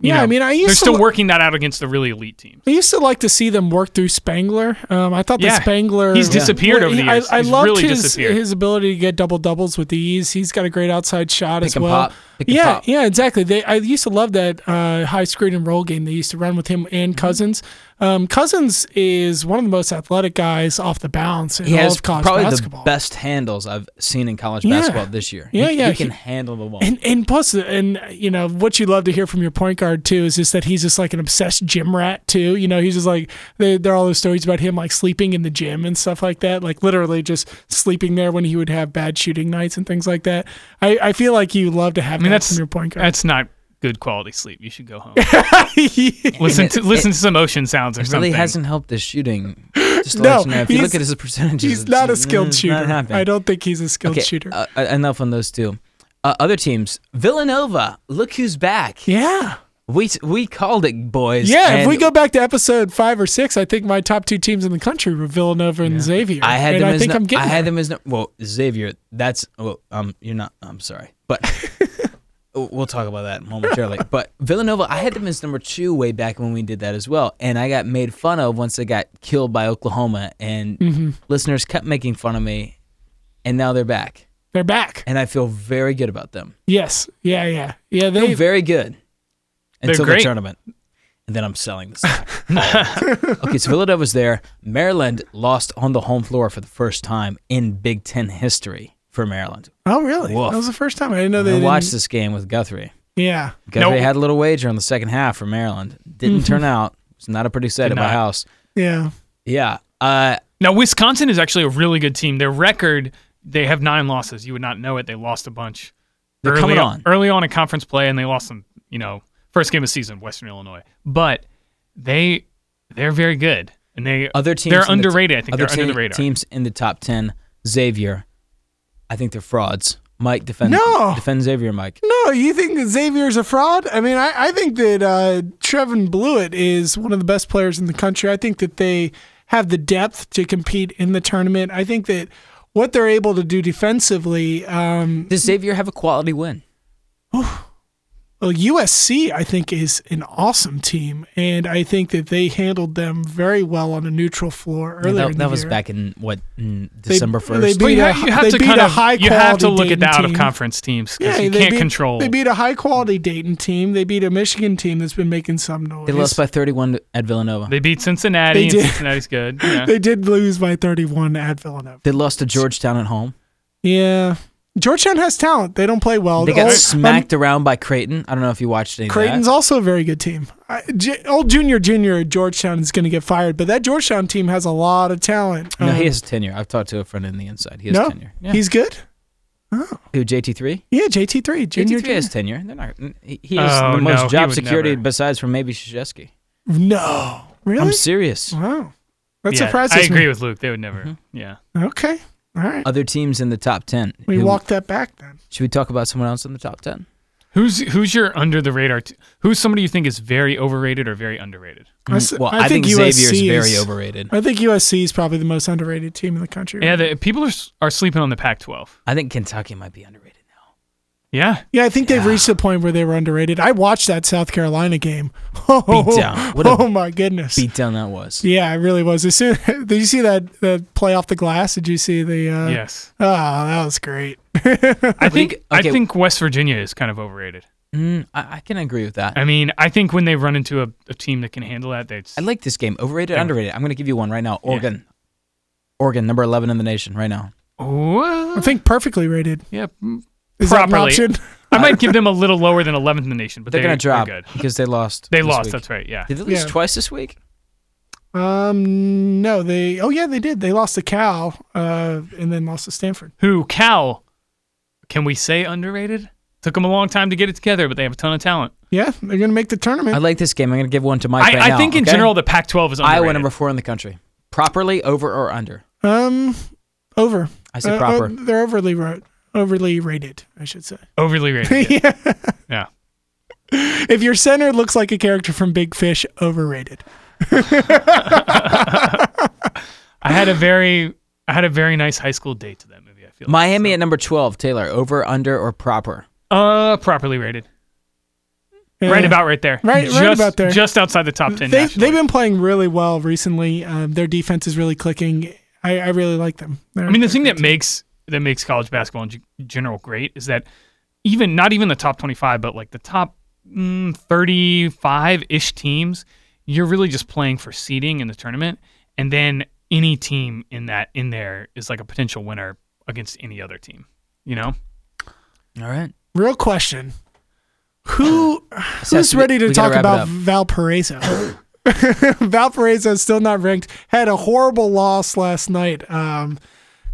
Speaker 3: you
Speaker 1: Yeah, I
Speaker 3: know,
Speaker 1: mean, I used
Speaker 3: they're
Speaker 1: to
Speaker 3: still
Speaker 1: li-
Speaker 3: working that out against the really elite teams.
Speaker 1: I used to like to see them work through Spangler. Um, I thought
Speaker 3: Yeah.
Speaker 1: that Spangler
Speaker 3: He's disappeared over the
Speaker 1: I-
Speaker 3: years.
Speaker 1: I,
Speaker 3: He's
Speaker 1: loved
Speaker 3: really
Speaker 1: his
Speaker 3: disappeared.
Speaker 1: his ability to get double doubles with ease. He's got a great outside shot
Speaker 2: Pick
Speaker 1: as
Speaker 2: and
Speaker 1: well.
Speaker 2: pop, pick and
Speaker 1: yeah,
Speaker 2: pop.
Speaker 1: yeah, exactly. They I used to love that uh, high screen and roll game they used to run with him and
Speaker 2: Mm-hmm.
Speaker 1: Cousins. Um, Cousins is one of the most athletic guys off the bounce in
Speaker 2: He
Speaker 1: all
Speaker 2: has
Speaker 1: of college
Speaker 2: probably
Speaker 1: basketball.
Speaker 2: the best handles I've seen in college
Speaker 1: Yeah.
Speaker 2: basketball this year.
Speaker 1: Yeah,
Speaker 2: he,
Speaker 1: yeah,
Speaker 2: he can
Speaker 1: he-
Speaker 2: handle the ball.
Speaker 1: And and plus, and you know what you love to hear from your point guard too is just that he's just like an obsessed gym rat too. You know, he's just like they, there are all those stories about him like sleeping in the gym and stuff like that. Like literally just sleeping there when he would have bad shooting nights and things like that. I, I feel like you love to have
Speaker 3: I mean
Speaker 1: that
Speaker 3: that's
Speaker 1: from your point guard.
Speaker 3: that's not good quality sleep. You should go home.
Speaker 1: yeah,
Speaker 3: listen
Speaker 2: And
Speaker 3: to
Speaker 2: it-
Speaker 3: listen to some ocean sounds or
Speaker 2: It really
Speaker 3: something.
Speaker 2: hasn't helped his shooting. Just to
Speaker 1: No,
Speaker 2: let you know, if you
Speaker 1: he's-
Speaker 2: look at his percentages,
Speaker 1: he's
Speaker 2: it's
Speaker 1: not a
Speaker 2: just-
Speaker 1: skilled
Speaker 2: it's not
Speaker 1: shooter.
Speaker 2: happening.
Speaker 1: I don't think he's a skilled
Speaker 2: Okay,
Speaker 1: shooter.
Speaker 2: uh, uh, enough on those two. Uh, other teams, Villanova. Look who's back.
Speaker 1: yeah,
Speaker 2: We we called it, boys.
Speaker 1: yeah. if
Speaker 2: and
Speaker 1: we go back to episode five or six, I think my top two teams in the country were Villanova and Xavier.
Speaker 2: I had
Speaker 1: and
Speaker 2: them
Speaker 1: I
Speaker 2: as
Speaker 1: think
Speaker 2: no-
Speaker 1: I'm getting.
Speaker 2: I
Speaker 1: there.
Speaker 2: had them as no, well Xavier. That's well, um, you're not. I'm sorry, but we'll talk about that momentarily. but Villanova, I had them as number two way back when we did that as well, and I got made fun of once they got killed by Oklahoma, and
Speaker 1: Mm-hmm.
Speaker 2: listeners kept making fun of me, and now they're back,
Speaker 1: They're back.
Speaker 2: and I feel very good about them.
Speaker 1: Yes. Yeah. Yeah. Yeah.
Speaker 2: I
Speaker 1: They
Speaker 2: feel very good until the
Speaker 3: great.
Speaker 2: tournament. And then I'm selling this. Oh. okay, so Villanova's there. Maryland lost on the home floor for the first time in Big Ten history for Maryland.
Speaker 1: Oh, really?
Speaker 2: Woof.
Speaker 1: That was the first time I didn't know they
Speaker 2: I
Speaker 1: didn't-
Speaker 2: watched this game with Guthrie.
Speaker 1: Yeah,
Speaker 2: Guthrie
Speaker 3: Nope. Mm-hmm.
Speaker 2: had a little wager on the second half for Maryland. Didn't turn out. It's not a pretty set
Speaker 3: Did
Speaker 2: at my
Speaker 3: not.
Speaker 2: house.
Speaker 1: yeah.
Speaker 2: Yeah. Uh,
Speaker 3: Now Wisconsin is actually a really good team. Their record, they have nine losses. You would not know it. They lost a bunch.
Speaker 2: They're
Speaker 3: early
Speaker 2: coming on.
Speaker 3: early on in conference play, and they lost some. You know, first game of season, Western Illinois. But they they're very good, and they
Speaker 2: other teams
Speaker 3: they're
Speaker 2: in the-
Speaker 3: underrated. I think
Speaker 2: other
Speaker 3: they're under
Speaker 2: te-
Speaker 3: the radar.
Speaker 2: Teams in the top ten. Xavier. I think they're frauds. Mike defend
Speaker 1: No.
Speaker 2: defend Xavier, Mike.
Speaker 1: No, you think that Xavier's a fraud? I mean, I, I think that uh, Trevin Blewett is one of the best players in the country. I think that they have the depth to compete in the tournament. I think that what they're able to do defensively, um,
Speaker 2: Does Xavier have a quality win?
Speaker 1: well, USC, I think, is an awesome team, and I think that they handled them very well on a neutral floor earlier.
Speaker 2: Yeah, that
Speaker 1: in
Speaker 2: that
Speaker 1: the
Speaker 2: was
Speaker 1: year.
Speaker 2: back in what in
Speaker 1: They-
Speaker 2: December
Speaker 1: they beat
Speaker 2: first.
Speaker 3: But you,
Speaker 1: a-
Speaker 3: ha- you have
Speaker 1: they
Speaker 3: to
Speaker 1: beat
Speaker 3: kind
Speaker 1: a
Speaker 3: of
Speaker 1: high
Speaker 3: you have to look
Speaker 1: quality
Speaker 3: at the out
Speaker 1: team.
Speaker 3: of conference teams because you
Speaker 1: they
Speaker 3: can't
Speaker 1: beat-
Speaker 3: control.
Speaker 1: They beat a high quality Dayton team. They beat a Michigan team that's been making some noise.
Speaker 2: They lost by 31 to- at Villanova. They,
Speaker 3: They beat Cincinnati.
Speaker 1: They
Speaker 3: and
Speaker 1: did.
Speaker 3: Cincinnati's good. Yeah.
Speaker 1: They did lose by 31 at Villanova.
Speaker 2: lost to Georgetown at home.
Speaker 1: Yeah. Georgetown has talent. They don't play well.
Speaker 2: They got
Speaker 1: Old-
Speaker 2: smacked around by Creighton. I don't know if you watched any
Speaker 1: um, Creighton's
Speaker 2: of
Speaker 1: also a very good team. I, J, old Junior Junior at Georgetown is going to get fired, but that Georgetown team has a lot of talent.
Speaker 2: that. No,
Speaker 1: Um,
Speaker 2: he has tenure. I've talked to a friend in the inside. He has
Speaker 1: no?
Speaker 2: tenure. Yeah.
Speaker 1: He's good?
Speaker 2: Who, JT3?
Speaker 1: Yeah, JT3. Junior,
Speaker 2: JT3 has tenure. They're not, he he
Speaker 3: Oh,
Speaker 2: has the
Speaker 3: no,
Speaker 2: most
Speaker 3: he
Speaker 2: job
Speaker 3: would
Speaker 2: security
Speaker 3: never.
Speaker 2: besides from maybe Krzyzewski.
Speaker 1: Junior. No. Really?
Speaker 2: I'm serious.
Speaker 1: wow. That
Speaker 3: Yeah,
Speaker 1: surprises
Speaker 3: I agree
Speaker 1: me. Mm-hmm.
Speaker 3: with Luke. They would never. Yeah.
Speaker 1: Okay. All right.
Speaker 2: Other teams in the top 10.
Speaker 1: We
Speaker 2: Who-
Speaker 1: walked that back then.
Speaker 2: Should we talk about someone else in the top 10?
Speaker 3: Who's who's your under the radar? T- who's somebody you think is very overrated or very underrated?
Speaker 1: I s-
Speaker 2: Mm, Well,
Speaker 1: I
Speaker 2: I, think,
Speaker 1: think
Speaker 2: Xavier is
Speaker 1: USC
Speaker 2: very
Speaker 1: is-
Speaker 2: overrated.
Speaker 1: I think USC is probably the most underrated team in the country.
Speaker 3: Yeah, the, people are s- are sleeping on the Pac-12.
Speaker 2: I think Kentucky might be underrated now.
Speaker 3: Yeah,
Speaker 1: Yeah, I think they've reached the point where they were underrated. I watched that South Carolina game. Oh,
Speaker 2: Beatdown. What a
Speaker 1: oh my goodness.
Speaker 2: Beatdown that was.
Speaker 1: yeah, it really was. As soon, did you see that, that play off the glass? Did you see the. Uh,
Speaker 3: yes.
Speaker 1: Oh, that was great.
Speaker 3: I think
Speaker 2: okay.
Speaker 3: I think West Virginia is kind of overrated.
Speaker 2: Mm, I, I can agree with that.
Speaker 3: I mean, I think when they run into a, a team that can handle that, they
Speaker 2: I like this game. Overrated,
Speaker 3: Yeah.
Speaker 2: underrated. I'm going to give you one right now. Oregon. Oregon, number 11 in the nation right now.
Speaker 1: I think perfectly rated.
Speaker 3: yeah. mm.
Speaker 1: Is
Speaker 3: Properly.
Speaker 1: that an option?
Speaker 3: I might give them a little lower than 11th in the nation, but
Speaker 2: They're
Speaker 3: they,
Speaker 2: going to drop
Speaker 3: They're good.
Speaker 2: because they lost.
Speaker 3: They
Speaker 2: this
Speaker 3: lost.
Speaker 2: week.
Speaker 3: That's right. Yeah.
Speaker 2: Did they lose
Speaker 1: Yeah.
Speaker 2: twice this week?
Speaker 1: Um, no, they. Oh, yeah, they did. They lost to Cal uh, and then lost to Stanford.
Speaker 3: Who Cal? Can we say underrated? Took them a long time to get it together, but they have a ton of talent.
Speaker 1: Yeah, they're gonna make the tournament.
Speaker 2: I like this game. I'm going to give one to Mike
Speaker 3: I,
Speaker 2: right
Speaker 3: I
Speaker 2: now,
Speaker 3: think in
Speaker 2: okay?
Speaker 3: general the Pac-12 is underrated.
Speaker 2: Iowa number four in the country. Properly over or under?
Speaker 1: um, over.
Speaker 2: I say
Speaker 1: Uh,
Speaker 2: proper.
Speaker 1: oh, they're overly ra- overly rated, I should say.
Speaker 3: overly rated.
Speaker 1: yeah.
Speaker 3: yeah.
Speaker 1: If your center looks like a character from Big Fish, overrated.
Speaker 3: I had a very I had a very nice high school date to that movie. I feel
Speaker 2: Miami at number 12. Taylor, over, under, or proper?
Speaker 3: uh properly rated,
Speaker 1: Yeah.
Speaker 3: right about right there,
Speaker 1: Right- right
Speaker 3: just,
Speaker 1: about there.
Speaker 3: just outside the top ten.
Speaker 1: They,
Speaker 3: nationally.
Speaker 1: they've been playing really well recently. Um, their defense is really clicking. I, I really like them. They're-
Speaker 3: I mean, the thing that makes that makes college basketball in g- general great is that even not even the top twenty five, but like the top thirty five ish teams, you're really just playing for seeding in the tournament, and then any team in that in there is like a potential winner against any other team. You know,
Speaker 2: All right.
Speaker 1: real question: Who
Speaker 2: This has
Speaker 1: who's
Speaker 2: to be-
Speaker 1: ready to
Speaker 2: we gotta
Speaker 1: talk
Speaker 2: wrap it
Speaker 1: about
Speaker 2: up.
Speaker 1: Valparaiso? Valparaiso is still not ranked. Had a horrible loss last night um,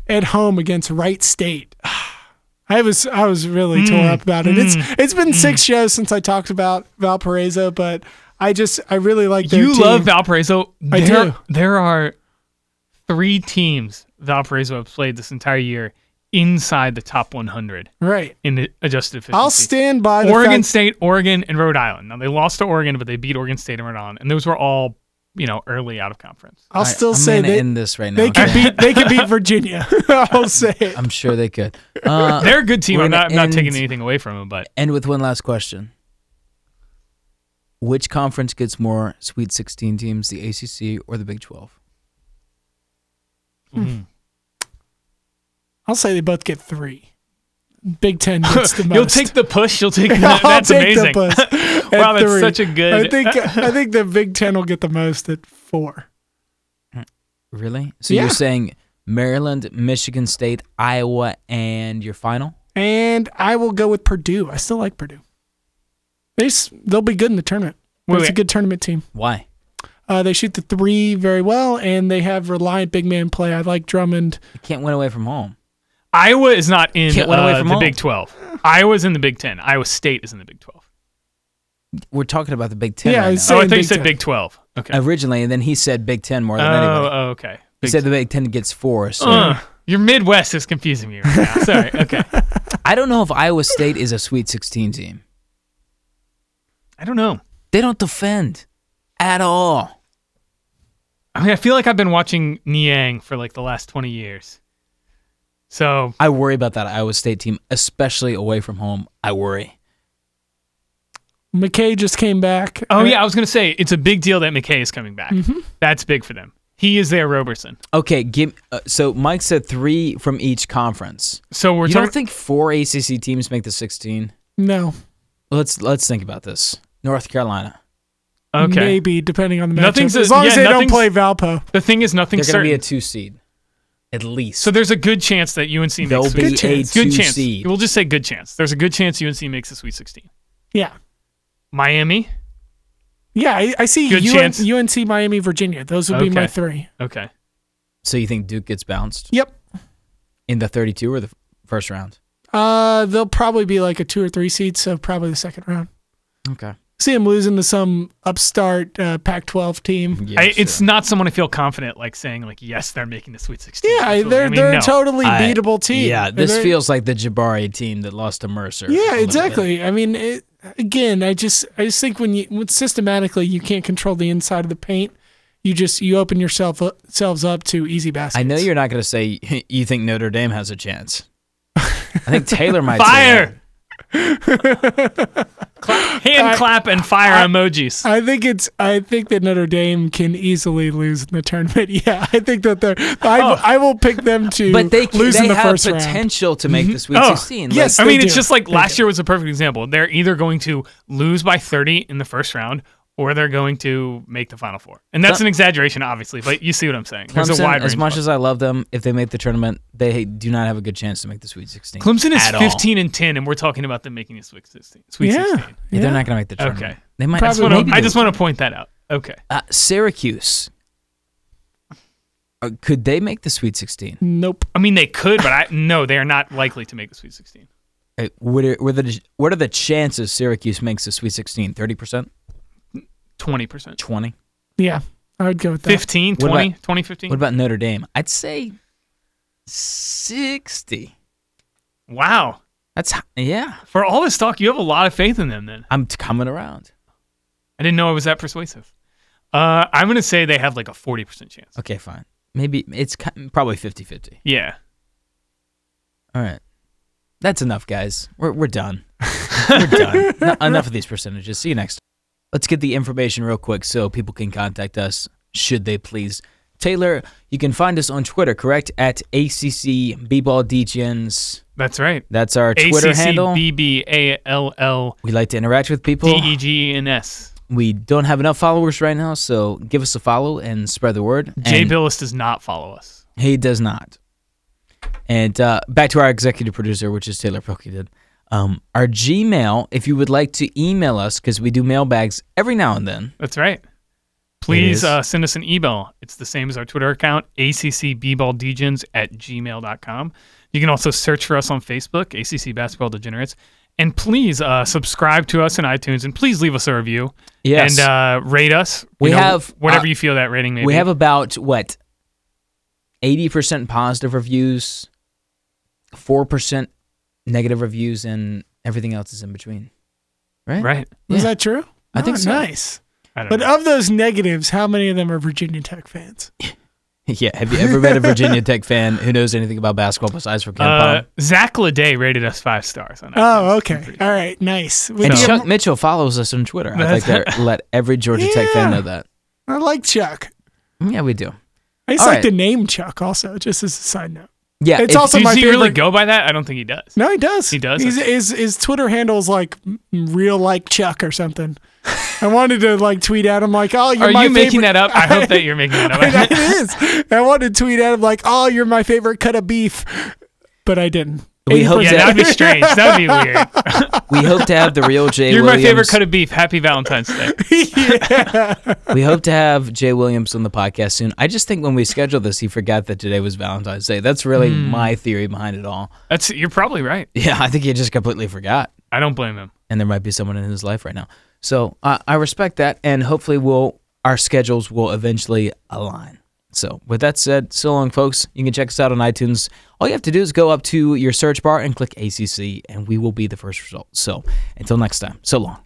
Speaker 1: at home against Wright State. I was I was really
Speaker 3: Mm,
Speaker 1: torn up about it. It's it's been six shows since I talked about Valparaiso, but I just I really like their
Speaker 3: you
Speaker 1: team.
Speaker 3: love Valparaiso.
Speaker 1: I
Speaker 3: there,
Speaker 1: do.
Speaker 3: There are three teams Valparaiso have played this entire year inside the top one hundred
Speaker 1: right.
Speaker 3: in the adjusted efficiency.
Speaker 1: I'll stand by the
Speaker 3: Oregon
Speaker 1: fact-
Speaker 3: State, Oregon, and Rhode Island. Now they lost to Oregon, but they beat Oregon State and Rhode Island, and those were all you know early out of conference.
Speaker 1: I'll
Speaker 2: I-
Speaker 1: still
Speaker 2: I'm
Speaker 1: say
Speaker 2: gonna
Speaker 1: they,
Speaker 2: end this right now.
Speaker 1: they could
Speaker 2: okay?
Speaker 1: beat they could beat Virginia. I'll say it.
Speaker 2: I'm sure they could. Uh,
Speaker 3: They're a good team.
Speaker 2: we're
Speaker 3: I'm
Speaker 2: gonna
Speaker 3: not, I'm not taking
Speaker 2: end-
Speaker 3: anything away from them, but
Speaker 2: end with one last question. Which conference gets more Sweet 16 teams, the ACC or the Big 12?
Speaker 1: I'll say they both get three. Big Ten gets the most.
Speaker 3: you'll take the push. You'll take that.
Speaker 1: I'll
Speaker 3: That's
Speaker 1: take The
Speaker 3: amazing.
Speaker 1: bus
Speaker 3: Wow,
Speaker 1: at
Speaker 3: that's
Speaker 1: three.
Speaker 3: such a good-
Speaker 1: I think I think the Big Ten will get the most at four.
Speaker 2: Really? So
Speaker 1: Yeah.
Speaker 2: you're saying Maryland, Michigan State, Iowa, and your final?
Speaker 1: And I will go with Purdue. I still like Purdue. They s- they'll be good in the tournament.
Speaker 3: Wait,
Speaker 1: It's a
Speaker 3: wait.
Speaker 1: good tournament team.
Speaker 2: Why?
Speaker 1: Uh, they shoot the three very well, and they have reliant big man play. I like Drummond.
Speaker 2: You can't win away from home.
Speaker 3: Iowa is not in
Speaker 2: Can't win away
Speaker 3: uh,
Speaker 2: from
Speaker 3: the
Speaker 2: home.
Speaker 3: Big Twelve. Iowa's in the Big Ten. Iowa State is in the Big Twelve.
Speaker 2: We're talking about the Big 10
Speaker 1: Yeah,
Speaker 2: right
Speaker 1: it's-
Speaker 2: now.
Speaker 3: Oh, I
Speaker 1: Saying
Speaker 3: think you
Speaker 1: Big
Speaker 3: said
Speaker 1: Ten.
Speaker 3: Big Twelve. Okay.
Speaker 2: Originally, and then he said Big 10 more than
Speaker 3: Oh,
Speaker 2: anybody.
Speaker 3: oh, okay.
Speaker 2: He
Speaker 3: Big
Speaker 2: said the Big 10 gets 4. So
Speaker 3: Uh, your Midwest is confusing me right now. Sorry. Okay.
Speaker 2: I don't know if Iowa State is a Sweet 16 team.
Speaker 3: I don't know.
Speaker 2: They don't defend at all.
Speaker 3: I mean, I feel like I've been watching Niang for like the last 20 years. So,
Speaker 2: I worry about that Iowa State team, especially away from home. I worry.
Speaker 1: McKay just came back. Uh,
Speaker 3: oh yeah, I was going to say it's a big deal that McKay is coming back.
Speaker 2: Mm-hmm.
Speaker 3: That's big for them. He is their Roberson.
Speaker 2: Okay, give. Uh, so Mike said three from each conference.
Speaker 3: So we're
Speaker 2: you
Speaker 3: talking
Speaker 2: don't think four ACC teams make the 16?
Speaker 1: no,
Speaker 2: Let's let's think about this. North Carolina.
Speaker 3: Okay.
Speaker 1: maybe depending on the matchup.
Speaker 3: Nothing's a-
Speaker 1: as long
Speaker 3: yeah,
Speaker 1: as they don't
Speaker 3: nothing's-
Speaker 1: play Valpo.
Speaker 3: The thing is nothing
Speaker 2: They're going to
Speaker 3: certain.
Speaker 2: be a two seed, at least.
Speaker 3: so there's a good chance that UNC makes
Speaker 2: They'll
Speaker 3: the
Speaker 2: be
Speaker 3: Sweet
Speaker 2: a
Speaker 1: chance.
Speaker 2: two
Speaker 3: Good chance.
Speaker 2: seed.
Speaker 3: We'll just say good chance. There's a good chance UNC makes the Sweet 16.
Speaker 1: Yeah,
Speaker 3: Miami?
Speaker 1: yeah. I, I see
Speaker 3: Good
Speaker 1: UN
Speaker 3: chance.
Speaker 1: UNC, Miami, Virginia. Those would be my
Speaker 3: Okay.
Speaker 1: three.
Speaker 3: Okay.
Speaker 2: So you think Duke gets bounced
Speaker 1: Yep.
Speaker 2: in the 32 or the f- first round?
Speaker 1: Uh, they'll probably be like a two or three seed, so probably the second round.
Speaker 2: Okay.
Speaker 1: See them losing to some upstart uh, Pac-12 team.
Speaker 2: Yeah,
Speaker 3: I, it's
Speaker 2: sure.
Speaker 3: not someone I feel confident like saying like yes, they're making the Sweet 16.
Speaker 1: Yeah,
Speaker 3: Absolutely.
Speaker 1: they're
Speaker 3: I mean,
Speaker 1: they're
Speaker 3: no.
Speaker 1: a totally
Speaker 2: I-
Speaker 1: beatable team.
Speaker 2: Yeah,
Speaker 1: And
Speaker 2: this
Speaker 1: they're-
Speaker 2: feels like the Jabari team that lost to Mercer. a
Speaker 1: Yeah,
Speaker 2: little bit.
Speaker 1: exactly. I mean, it, again, I just I just think when you when systematically you can't control the inside of the paint, you just you open yourself up, selves up to easy baskets.
Speaker 2: I know you're not going to say you think Notre Dame has a chance. I think Taylor might say that.
Speaker 3: Fire. Cla- hand
Speaker 1: I-
Speaker 3: clap and fire emojis.
Speaker 1: I think it's. I think that Notre Dame can easily lose in the tournament. Yeah, I think that they're. I, I will pick them to
Speaker 2: Oh. but they can,
Speaker 1: lose
Speaker 2: they
Speaker 1: in the
Speaker 2: have
Speaker 1: first round.
Speaker 2: potential to make the Sweet
Speaker 3: Oh,
Speaker 2: 16.
Speaker 1: yes.
Speaker 2: Like,
Speaker 3: I
Speaker 1: They
Speaker 3: mean, it's
Speaker 1: do.
Speaker 3: just like last year was a perfect example. They're either going to lose by 30 in the first round or they're going to make the final four. And that's an exaggeration, obviously, but you see what I'm saying. There's
Speaker 2: Clemson,
Speaker 3: a wide range.
Speaker 2: as much
Speaker 3: of-
Speaker 2: as I love them, if they make the tournament, they do not have a good chance to make the Sweet 16.
Speaker 3: Clemson is
Speaker 2: at all.
Speaker 3: 15 and 10, and we're talking about them making the Sweet 16. Sweet
Speaker 1: Yeah,
Speaker 3: 16.
Speaker 2: Yeah,
Speaker 1: yeah.
Speaker 2: They're not going to make the tournament.
Speaker 3: Okay.
Speaker 2: They might.
Speaker 1: Probably
Speaker 2: That's
Speaker 3: Just wanna-
Speaker 1: Maybe
Speaker 3: I just want to point that out. Okay.
Speaker 2: uh, Syracuse. Uh, could they make the Sweet 16?
Speaker 1: Nope.
Speaker 3: I mean, they could, but I no, they are not likely to make the Sweet 16.
Speaker 2: Uh, What are, what, are the, what are the chances Syracuse makes the Sweet 16? 30%?
Speaker 3: Twenty percent,
Speaker 2: 20?
Speaker 1: Yeah, I would go with that.
Speaker 3: 15,
Speaker 2: What
Speaker 3: 20,
Speaker 2: about-
Speaker 3: 20, 15?
Speaker 2: What about Notre Dame? I'd say 60.
Speaker 3: Wow!
Speaker 2: That's h- yeah.
Speaker 3: For all this talk, you have a lot of faith in them. Then
Speaker 2: I'm t- coming around.
Speaker 3: I didn't know I was that persuasive. Uh, I'm gonna say they have like a forty percent chance.
Speaker 2: Okay, fine. Maybe it's ki- probably 50-50.
Speaker 3: Yeah.
Speaker 2: All right. That's enough, guys. We're we're done. we're done. No- enough of these percentages. See you next. Let's get the information real quick so people can contact us should they please. Taylor, you can find us on Twitter, correct? At ACC BBallDGens.
Speaker 3: That's right.
Speaker 2: That's our Twitter handle.
Speaker 3: A-C-C-B-B-A-L-L-D-E-G-E-N-S.
Speaker 2: we like to interact with people.
Speaker 3: E
Speaker 2: We don't have enough followers right now, so give us a follow and spread the word.
Speaker 3: Jay
Speaker 2: And
Speaker 3: Billis does not follow us.
Speaker 2: He does not. And uh, back to our executive producer, which is Taylor Pilkey did. Um, our Gmail, if you would like to email us, because we do mailbags every now and then.
Speaker 3: That's right.
Speaker 2: is.
Speaker 3: Please uh, send us an email. It's the same as our Twitter account, accbballdegens at gmail.com. You can also search for us on Facebook, ACC Basketball Degenerates. And please uh, subscribe to us in iTunes and please leave us a review.
Speaker 2: Yes.
Speaker 3: And uh, rate us. You
Speaker 2: We have,
Speaker 3: Whatever
Speaker 2: uh,
Speaker 3: you feel that rating may
Speaker 2: we
Speaker 3: be.
Speaker 2: have about, what, 80% positive reviews, 4% negative reviews, and everything else is in between. Right?
Speaker 3: right.
Speaker 1: Is
Speaker 2: Yeah.
Speaker 1: that true?
Speaker 2: I think
Speaker 1: Oh,
Speaker 2: so.
Speaker 1: Nice.
Speaker 3: I don't
Speaker 1: But uh,
Speaker 3: know.
Speaker 1: of those negatives, how many of them are Virginia Tech fans?
Speaker 2: yeah. Have you ever met a Virginia Tech fan who knows anything about basketball besides from Ken
Speaker 3: Uh,
Speaker 2: Palm?
Speaker 3: Zach Lede rated us five stars on iTunes.
Speaker 1: Oh, okay. All right. Nice. We
Speaker 2: And
Speaker 1: need-
Speaker 2: Chuck Mitchell follows us on Twitter. I'd like to let every Georgia Tech fan know that.
Speaker 1: I like Chuck.
Speaker 2: Yeah, we do.
Speaker 1: I just
Speaker 2: All
Speaker 1: like
Speaker 2: right.
Speaker 1: the name Chuck also, just as a side note.
Speaker 2: Yeah,
Speaker 1: It's
Speaker 2: if-
Speaker 1: also-
Speaker 3: Does
Speaker 1: my
Speaker 3: he really
Speaker 1: favorite-
Speaker 3: go by that? I don't think he does.
Speaker 1: No, he does.
Speaker 3: He does?
Speaker 1: He's, his his Twitter handle's like m- real like Chuck or something. I wanted to like tweet at him like, "Oh, you're
Speaker 3: Are
Speaker 1: my
Speaker 3: you making
Speaker 1: favorite-
Speaker 3: that up? I hope that you're making that up.
Speaker 1: it is. I wanted to tweet at him like, "Oh, you're my favorite cut of beef," but I didn't.
Speaker 2: We hope
Speaker 1: 80%
Speaker 3: yeah, that would be strange. That would be weird.
Speaker 2: we hope to have the real Jay.
Speaker 3: You're
Speaker 2: Williams.
Speaker 3: my favorite cut of beef. Happy Valentine's Day.
Speaker 2: we hope to have Jay Williams on the podcast soon. I just think when we scheduled this, he forgot that today was Valentine's Day. That's really
Speaker 3: Hmm.
Speaker 2: my theory behind it all.
Speaker 3: That's you're probably right.
Speaker 2: Yeah, I think he just completely forgot,
Speaker 3: I don't blame him.
Speaker 2: and there might be someone in his life right now. So I I respect that, and hopefully, we'll our schedules will eventually align. So, with that said, so long, folks. You can check us out on iTunes. All you have to do is go up to your search bar and click ACC, and we will be the first result. So, until next time, so long.